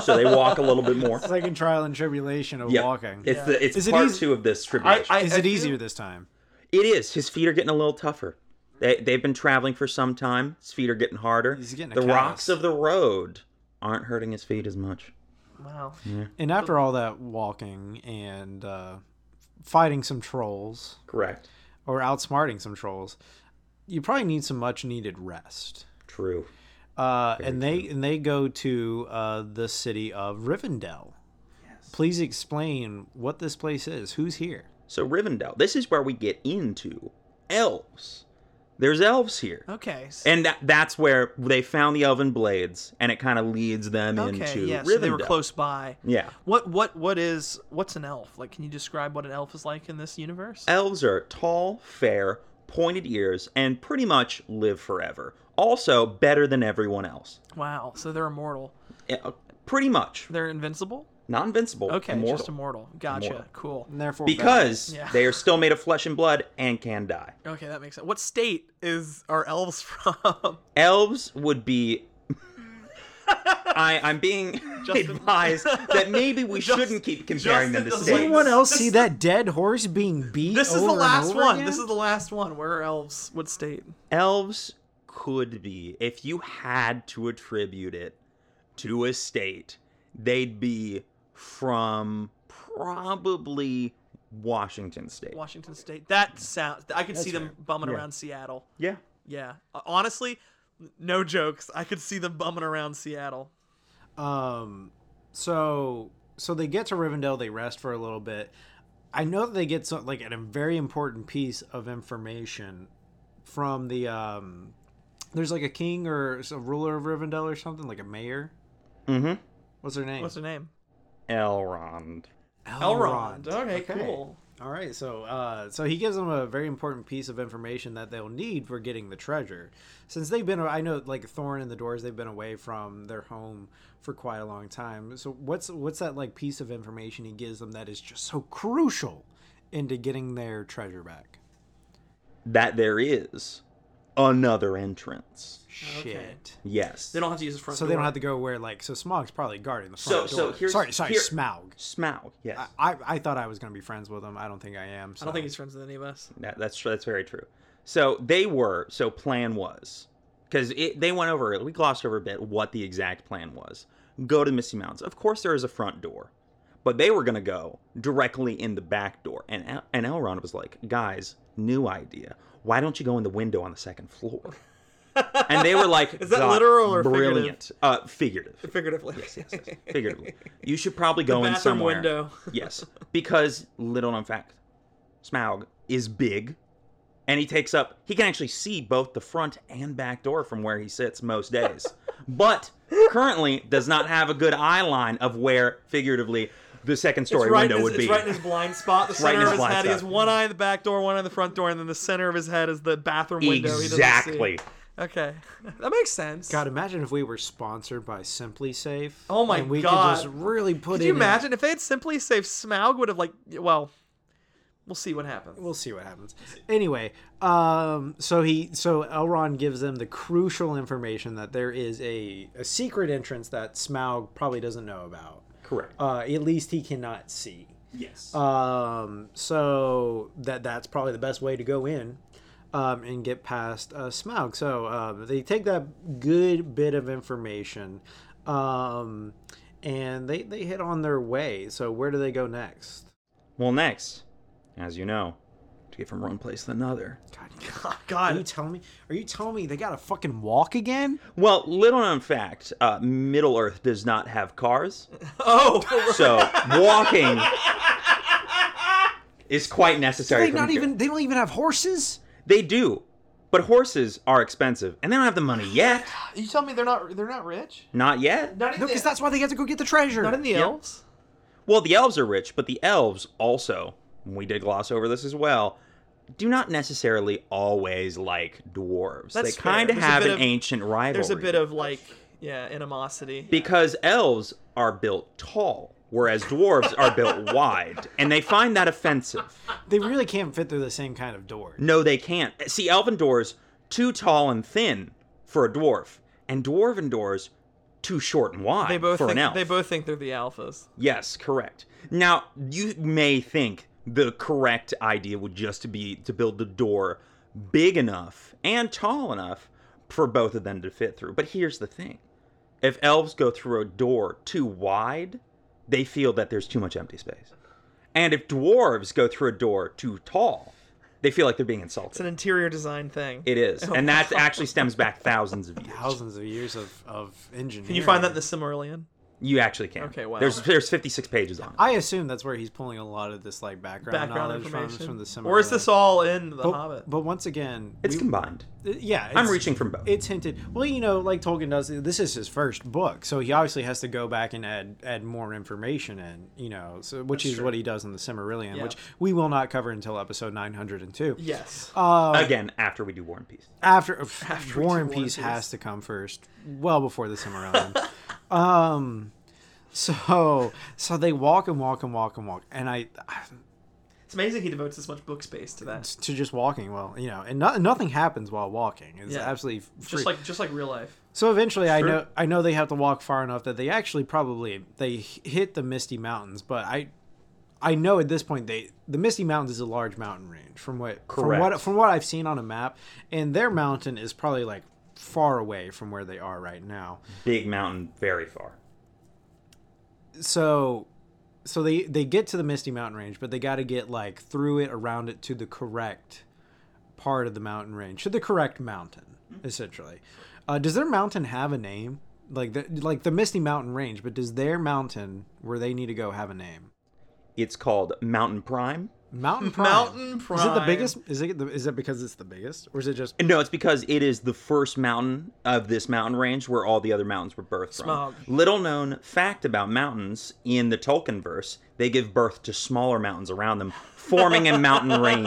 C: So they walk a little bit more.
A: It's like in trial and tribulation of
C: Yeah.
A: walking.
C: It's the it's
A: Is it
C: part
A: easy-
C: two of this
B: I,
C: tribulation.
B: I,
A: Is
B: I
A: it
B: feel-
A: easier this time?
C: it is. His feet are getting a little tougher. They they've been traveling for some time. His feet are getting harder.
A: He's getting a
C: the
A: callus.
C: rocks of the road aren't hurting his feet as much.
B: Wow.
C: Hmm.
A: And after all that walking and uh, fighting some trolls
C: Correct.
A: or outsmarting some trolls, you probably need some much needed rest.
C: True.
A: Uh, and they and they go to uh, the city of Rivendell. Please explain what this place is. Who's here?
C: So Rivendell, this is where we get into elves. There's elves here.
B: Okay. s-
C: And that, that's where they found the elven blades, and it kind of leads them
B: okay.
C: into
B: Yeah. So they
C: Rivendell.
B: were close by.
C: Yeah.
B: What what what is what's an elf? Like, can you describe what an elf is like in this universe?
C: Elves are tall, fair, pointed ears, and pretty much live forever. Also, better than everyone else.
B: Wow. So they're immortal.
C: Uh, Pretty much.
B: They're invincible.
C: Not invincible.
B: Okay.
C: immortal.
B: Just immortal. Gotcha.
C: Immortal.
B: Cool.
A: And therefore,
C: Because
B: Yeah.
C: they are still made of flesh and blood and can die.
B: Okay, that makes sense. What state is are elves from?
C: Elves would be. I, I'm being
B: Justin-
C: advised that maybe we
B: Just-
C: shouldn't keep comparing them
B: Justin
C: to states.
A: Does
B: doesn't-
A: anyone else
B: This
A: see
B: is-
A: that dead horse being beat?
B: This is the
A: over and
B: last
A: over
B: one.
A: again?
B: This is the last one. Where are elves? What state?
C: elves could be if you had to attribute it to a state they'd be from probably washington state
B: Washington State. That sounds. I could see them bumming
C: Yeah.
B: around Seattle.
C: yeah
B: Yeah. Uh, Honestly, no jokes. I could see them bumming around Seattle.
A: Um, so so they get to Rivendell, they rest for a little bit. I know that they get some like a very important piece of information from the um. There's like a king or a ruler of Rivendell or something, like a mayor.
C: mm-hmm
A: What's her name?
B: What's her name?
C: elrond
B: Elrond. Okay, cool.
A: All right, so uh, so he gives them a very important piece of information that they'll need for getting the treasure. Since they've been, I know, like Thorn and the Doors, they've been away from their home for quite a long time. So what's what's that like piece of information he gives them that is just so crucial into getting their treasure back?
C: that there is another entrance
A: Shit.
C: yes
B: They don't have to use the front
A: So
B: door.
A: they don't have to go where like so Smog's probably guarding the
C: So-
A: front
C: so
A: door.
C: here's-
A: sorry, sorry,
C: here-
A: Smaug.
C: smaug yes
A: I, I I thought I was gonna be friends with him. I don't think I am.
B: I
A: So.
B: don't think he's friends with any of us.
C: That, that's tr- that's very true. So they were. So plan was because they went over. it. We glossed over a bit what the exact plan was. Go to Misty Mountains. Of course, there is a front door, but they were gonna go directly in the back door. And El- and Elrond was like, "Guys, new idea. Why don't you go in the window on the second floor?" And they were like,
B: Is that
C: "God,
B: literal or figurative?"
C: brilliant? Uh, figurative.
B: Figuratively.
C: Yes, yes, yes. Figuratively. You should probably go in
B: Bathroom
C: somewhere.
B: window.
C: Yes, because little known fact, Smaug is big, and he takes up. He can actually see both the front and back door from where he sits most days, but currently does not have a good eye line of where figuratively the second
B: It's
C: story
B: right, in
C: window
B: his,
C: would
B: it's
C: be.
B: right in his blind spot. The
C: right
B: center
C: in his
B: of his
C: blind
B: head. He has
C: spot.
B: one eye in the back door, one eye in the front door, and then the center of his head is the bathroom window. he doesn't see.
C: exactly.
B: Okay, that makes sense.
A: God, imagine if we were sponsored by Simply Safe.
B: Oh my
A: and we
B: God.
A: could just really put
B: Could
A: in.
B: you
A: a-
B: imagine if they had simply saved Smaug would have like well, we'll see what happens.
A: We'll see what happens. Anyway, um, so he, so Elrond gives them the crucial information that there is a a secret entrance that Smaug probably doesn't know about.
C: Correct. Uh,
A: Uh, at least he cannot see.
C: yes.
A: Um, so that that's probably the best way to go in um, and get past uh, Smaug. So um, they take that good bit of information um, and they, they hit on their way. So where do they go next?
C: well, next, as you know, to get from one place to another.
A: God,
B: God.
A: Are you telling me? Are you telling me they gotta fucking walk again?
C: Well, little known fact, uh, Middle Earth does not have cars.
B: Oh,
C: So walking is quite necessary.
A: They
C: for
A: not
C: them to-
A: even. They don't even have horses.
C: They do, but horses are expensive, and they don't have the money yet.
B: you tell me they're not they're not rich?
C: Not yet.
B: Not in
A: No,
B: the,
A: because that's why they got to go get the treasure.
B: not in the elves.
C: Well, the elves are rich, but the elves also, and we did gloss over this as well, do not necessarily always like dwarves.
B: That's
C: they
B: fair.
C: kind of
B: There's a
C: have
B: bit
C: an
B: of-
C: ancient rivalry.
B: There's a bit of like yeah animosity.
C: because elves are built tall, whereas dwarves are built wide, and they find that offensive.
A: They really can't fit through the same kind of door.
C: No, they can't. See, elven doors too tall and thin for a dwarf, and dwarven doors too short and wide
B: They both
C: for an
B: think,
C: elf.
B: they both think they're the alphas.
C: Yes, correct. Now you may think the correct idea would just be to build the door big enough and tall enough for both of them to fit through. But here's the thing: if elves go through a door too wide, they feel that there's too much empty space. And if dwarves go through a door too tall, they feel like they're being insulted.
B: It's an interior design thing.
C: It is, and that actually stems back thousands of years.
A: Thousands of years of of engineering.
B: Can you find that in the Silmarillion?
C: You actually can.
B: Okay, wow.
C: There's there's 56 pages on. it.
A: I assume that's where he's pulling a lot of this like background,
B: Background
A: knowledge
B: information.
A: from, from the similar.
B: or is this all in The
A: But,
B: Hobbit?
A: but once again,
C: It's
A: we- uh,
C: combined.
A: yeah.
C: I'm
A: it's-
C: reaching from both.
A: It's hinted. Well, you know, like Tolkien does. This is his first book, so he obviously has to go back and add add more information in. You know, so which is what he does in the Cimmerillion,
B: Yeah.
A: which we will not cover until episode 902.
B: yes.
C: Again, after we do War and Peace.
A: Uh, After, pff,
B: we
A: War
B: do
A: and
B: War and
A: Peace
B: Peace.
A: has to come first, well before the Cimmerillion. um, so so they walk and walk and walk and walk, and I
B: it's amazing he devotes this much book space to that.
A: to just walking. Well, you know, and no, nothing happens while walking. It's
B: Yeah.
A: absolutely free.
B: Just like just like real life.
A: So eventually, I
C: Sure.
A: know I know they have to walk far enough that they actually probably they h- hit the Misty Mountains, but I I know at this point they the Misty Mountains is a large mountain range from what from what
C: Correct.
A: from what I've seen on a map, and their mountain is probably like far away from where they are right now.
C: Big mountain, very far.
A: So so they they get to the Misty Mountain range, but they got to get like through it around it to the correct part of the mountain range to the correct mountain
B: Mm-hmm.
A: essentially. Uh, does their mountain have a name? Like the like the Misty Mountain range, but does their mountain where they need to go have a name?
C: It's called Mountain Prime.
A: Mountain Prime.
B: Mountain
A: Is it the
B: Prime.
A: biggest? Is it the, is it because it's the biggest, or is it just?
C: No, it's because it is the first mountain of this mountain range where all the other mountains were birthed
B: Smog.
C: from. Little known fact about mountains in the Tolkien verse, they give birth to smaller mountains around them, forming a mountain range.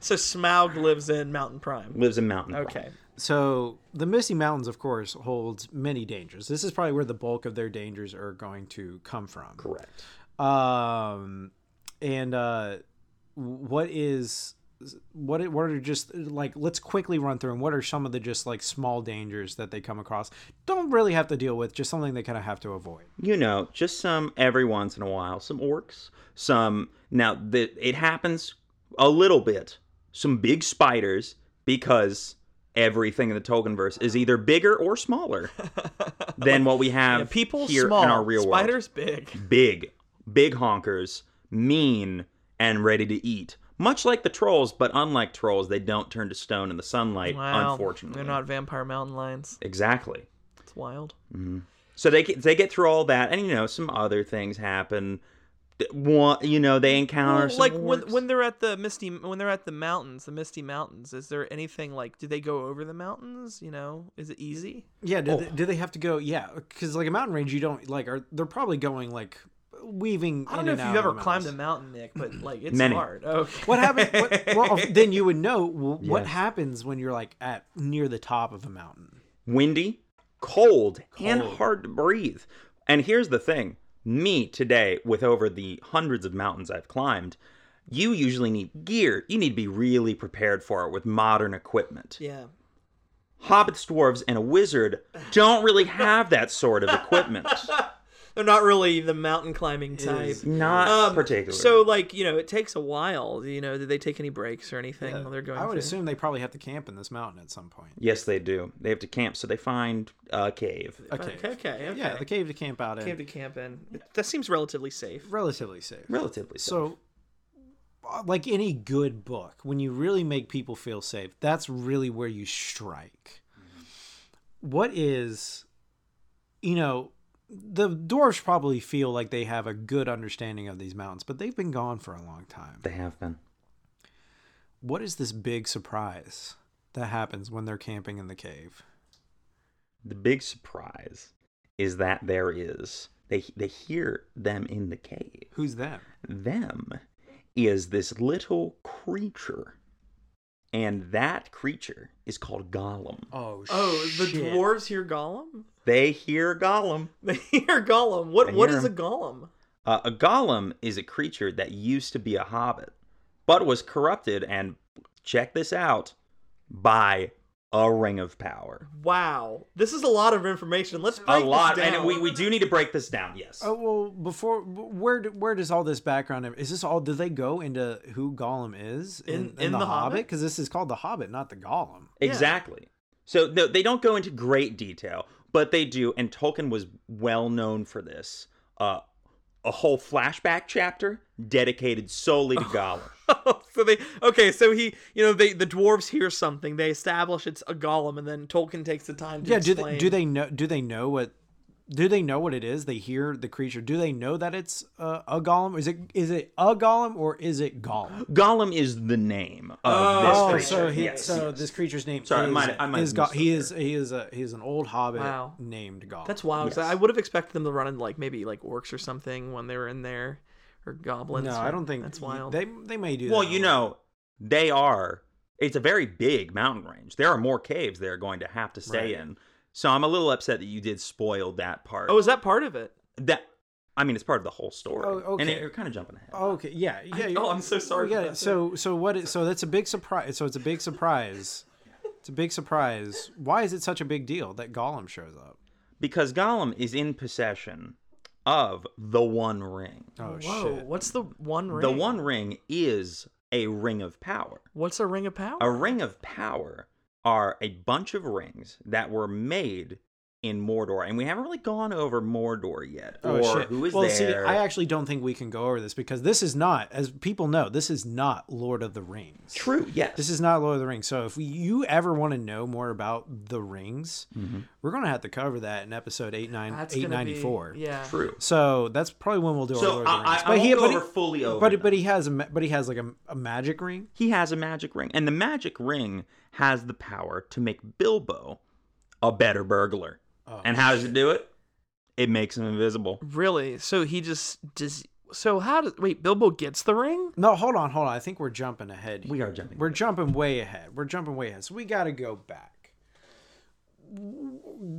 B: So Smaug lives in Mountain Prime.
C: Lives in mountain. Prime.
B: Okay.
A: So the Misty Mountains, of course, holds many dangers. This is probably where the bulk of their dangers are going to come from.
C: Correct.
A: um and uh what is what it- what are just like let's quickly run through and what are some of the just like small dangers that they come across don't really have to deal with just something they kind of have to avoid
C: you know, just some every once in a while, some orcs, some now the, it happens a little bit, some big spiders because everything in the Tolkien verse is either bigger or smaller than what we have
B: Yeah, people
C: here
B: small,
C: in our real world.
B: spiders big.
C: Big, big honkers, mean and ready to eat. Much like the trolls, but unlike trolls, they don't turn to stone in the sunlight,
B: Wow.
C: unfortunately.
B: they're not vampire mountain lions.
C: exactly.
B: It's wild.
C: So they get, they get through all that, and you know some other things happen. D- One, you know, they encounter
B: Well,
C: some
B: like when
C: orcs.
B: when they're at the misty when they're at the mountains, the misty mountains. Is there anything like? Do they go over the mountains? You know, is it easy?
A: yeah
B: Oh.
A: do, they, do they have to go yeah because like a mountain range you don't like are they're probably going like weaving
B: I don't
A: in
B: know
A: and
B: if
A: out
B: you've
A: of
B: ever
A: the
B: climbed a
A: mountains.
B: mountain, Nick, but like it's
C: Many.
B: hard. Okay.
A: what happens what, well then you would know w- what
C: Yes.
A: happens when you're like at near the top of a mountain
C: windy, cold, and hard to breathe. And here's the thing: me today, with over the hundreds of mountains I've climbed, you usually need gear. You need to be really prepared for it with modern equipment.
B: Yeah.
C: Hobbits, dwarves, and a wizard don't really have that sort of equipment.
B: They're not really the mountain climbing type. Um,
C: Not particularly.
B: So like you know, it takes a while. You know, did they take any breaks or anything while they're going?
A: i would
B: through?
A: assume they probably have to camp in this mountain at some point
C: yes, they do. They have to camp, so they find a cave.
A: okay
B: Okay. Okay. okay.
A: yeah the cave to camp out in
B: Came to camp in. That seems relatively safe.
A: relatively safe.
C: Relatively safe.
A: So, uh, like any good book, when you really make people feel safe, that's really where you strike. What is, you know, the dwarves probably feel like they have a good understanding of these mountains, but they've been gone for a long time.
C: They have been.
A: What is this big surprise that happens when they're camping in the cave?
C: The big surprise is that there is they they hear them in the cave.
A: Who's them?
C: Them is this little creature, and that creature is called Gollum.
A: Oh,
B: Oh, the dwarves hear Gollum.
C: They hear Gollum.
B: They hear Gollum. What?
C: They
B: What
C: hear
B: is a
C: him.
B: Gollum?
C: Uh, a Gollum is a creature that used to be a hobbit, but was corrupted and check this out by a ring of power.
B: Wow, this is a lot of information. Let's break
C: A lot,
B: this down.
C: and we, we do need to break this down. Yes.
A: Oh well, before where do- where does all this background is this all? Do they go into who Gollum is
B: In- in The Hobbit?
A: Because this is called the Hobbit, not the Gollum.
C: Exactly. So no, they don't go into great detail, but they do, and Tolkien was well known for this. Uh, a whole flashback chapter dedicated solely to Gollum.
B: so they okay. So he, you know, they the dwarves hear something. They establish it's a Gollum, and then Tolkien takes the time to
A: Yeah. Do
B: Explain.
A: they, do they know? Do they know what do they know what it is? They hear the creature. Do they know that it's uh, a golem? Is it is it a golem or is it golem?
C: Gollum is the name of
A: oh,
C: this creature.
A: so he,
C: yes,
A: so
C: yes.
A: this creature's name
C: Sorry, I
A: is,
C: might- I might
A: is
C: have
A: Go-
C: missed
A: he
C: that
A: is he is a he is an old hobbit
B: Wow.
A: named Gollum.
B: That's wild. 'cause I-
C: Yes.
B: I would have expected them to run into like maybe like orcs or something when they were in there, or goblins.
A: no,
B: or-
A: I don't think
B: that's wild.
A: They they may do.
C: Well,
A: that.
C: you know, they are. It's a very big mountain range. There are more caves they're going to have to stay
A: Right.
C: in. So I'm a little upset that you did spoil that part.
B: oh, is that part of it?
C: that? I mean, it's part of the whole story.
A: Oh, okay.
C: And it, you're kind of jumping ahead.
A: Okay, yeah, yeah.
B: I-
A: you're-
B: oh, I'm so sorry
A: Yeah.
B: for that.
A: So so what? Is, so that's a big surprise. So it's a big surprise. It's a big surprise. Why is it such a big deal that Gollum shows up?
C: Because Gollum is in possession of the One Ring.
A: Oh
B: Whoa,
A: shit!
B: what's the one ring?
C: The One Ring is a ring of power.
B: What's a ring of power?
C: A ring of power are a bunch of rings that were made in Mordor, and we haven't really gone over Mordor yet,
A: Oh
C: or
A: shit!
C: who is
A: well, see,
C: there.
A: I actually don't think we can go over this because this is not, as people know, this is not Lord of the Rings.
C: True. Yes.
A: This is not Lord of the Rings. So if you ever want to know more about the rings,
C: Mm-hmm.
A: we're gonna have to cover that in episode eight nine
B: That's
A: eight
B: gonna be-
A: ninety four.
B: Yeah.
C: True.
A: So that's probably when we'll do our
C: So
A: Lord
C: I,
A: of the
C: I,
A: Rings.
C: I won't
A: he-
C: go
A: he-
C: over fully over.
A: but
C: them.
A: but he has a ma- but he has like a, a magic ring.
C: he has a magic ring, and the magic ring has the power to make Bilbo a better burglar. and how does it do it? It makes him invisible.
B: Really? So he just does. So how does wait? Bilbo gets the ring.
A: No, hold on, hold on. I think we're jumping ahead.
C: We
A: here.
C: are jumping.
A: We're jumping way ahead. We're jumping way ahead. So we got to go back.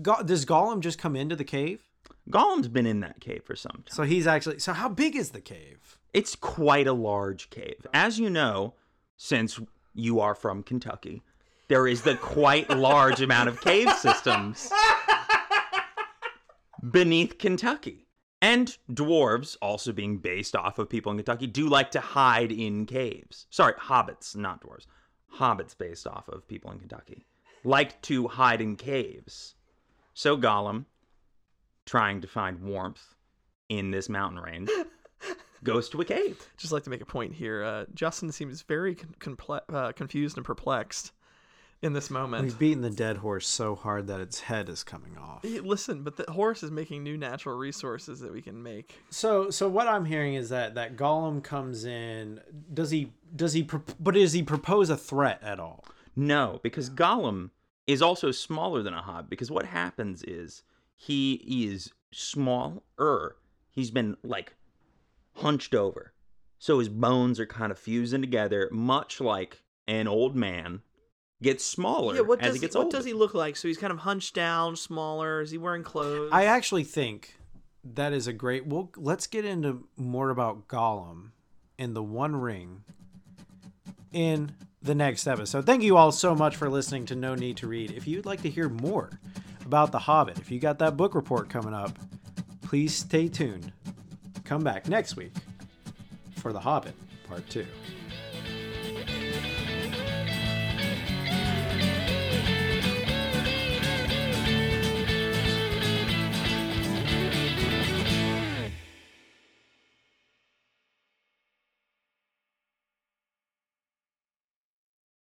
A: Go- does Gollum just come into the cave?
C: Gollum's been in that cave for some time.
A: So he's actually. So how big is the cave?
C: It's quite a large cave. As you know, since you are from Kentucky, there is the quite large amount of cave systems beneath Kentucky. And dwarves, also being based off of people in Kentucky, do like to hide in caves. Sorry, hobbits, not dwarves. Hobbits, based off of people in Kentucky, like to hide in caves. So Gollum, trying to find warmth in this mountain range, goes to a cave.
B: Just like to make a point here. Uh, Justin seems very con- comple- uh, confused and perplexed in this moment.
A: We've beaten the dead horse so hard that its head is coming off.
B: Hey, Listen, but the horse is making new natural resources that we can make.
A: So so what I'm hearing is that that Gollum comes in. Does he does he pro- but does he propose a threat at all?
C: No, because Gollum is also smaller than a hobbit. Because what happens is he is smaller. He's been like hunched over, so his bones are kind of fusing together, much like an old man gets smaller
B: Yeah, what
C: as
B: does
C: he gets
B: what
C: older.
B: does he look like? So he's kind of hunched down, smaller. Is he wearing clothes?
A: I actually think that is a great. Well, let's get into more about Gollum and the One Ring in the next episode. Thank you all so much for listening to No Need to Read. If you'd like to hear more about The Hobbit, if you got that book report coming up, please stay tuned. Come back next week for The Hobbit Part 2.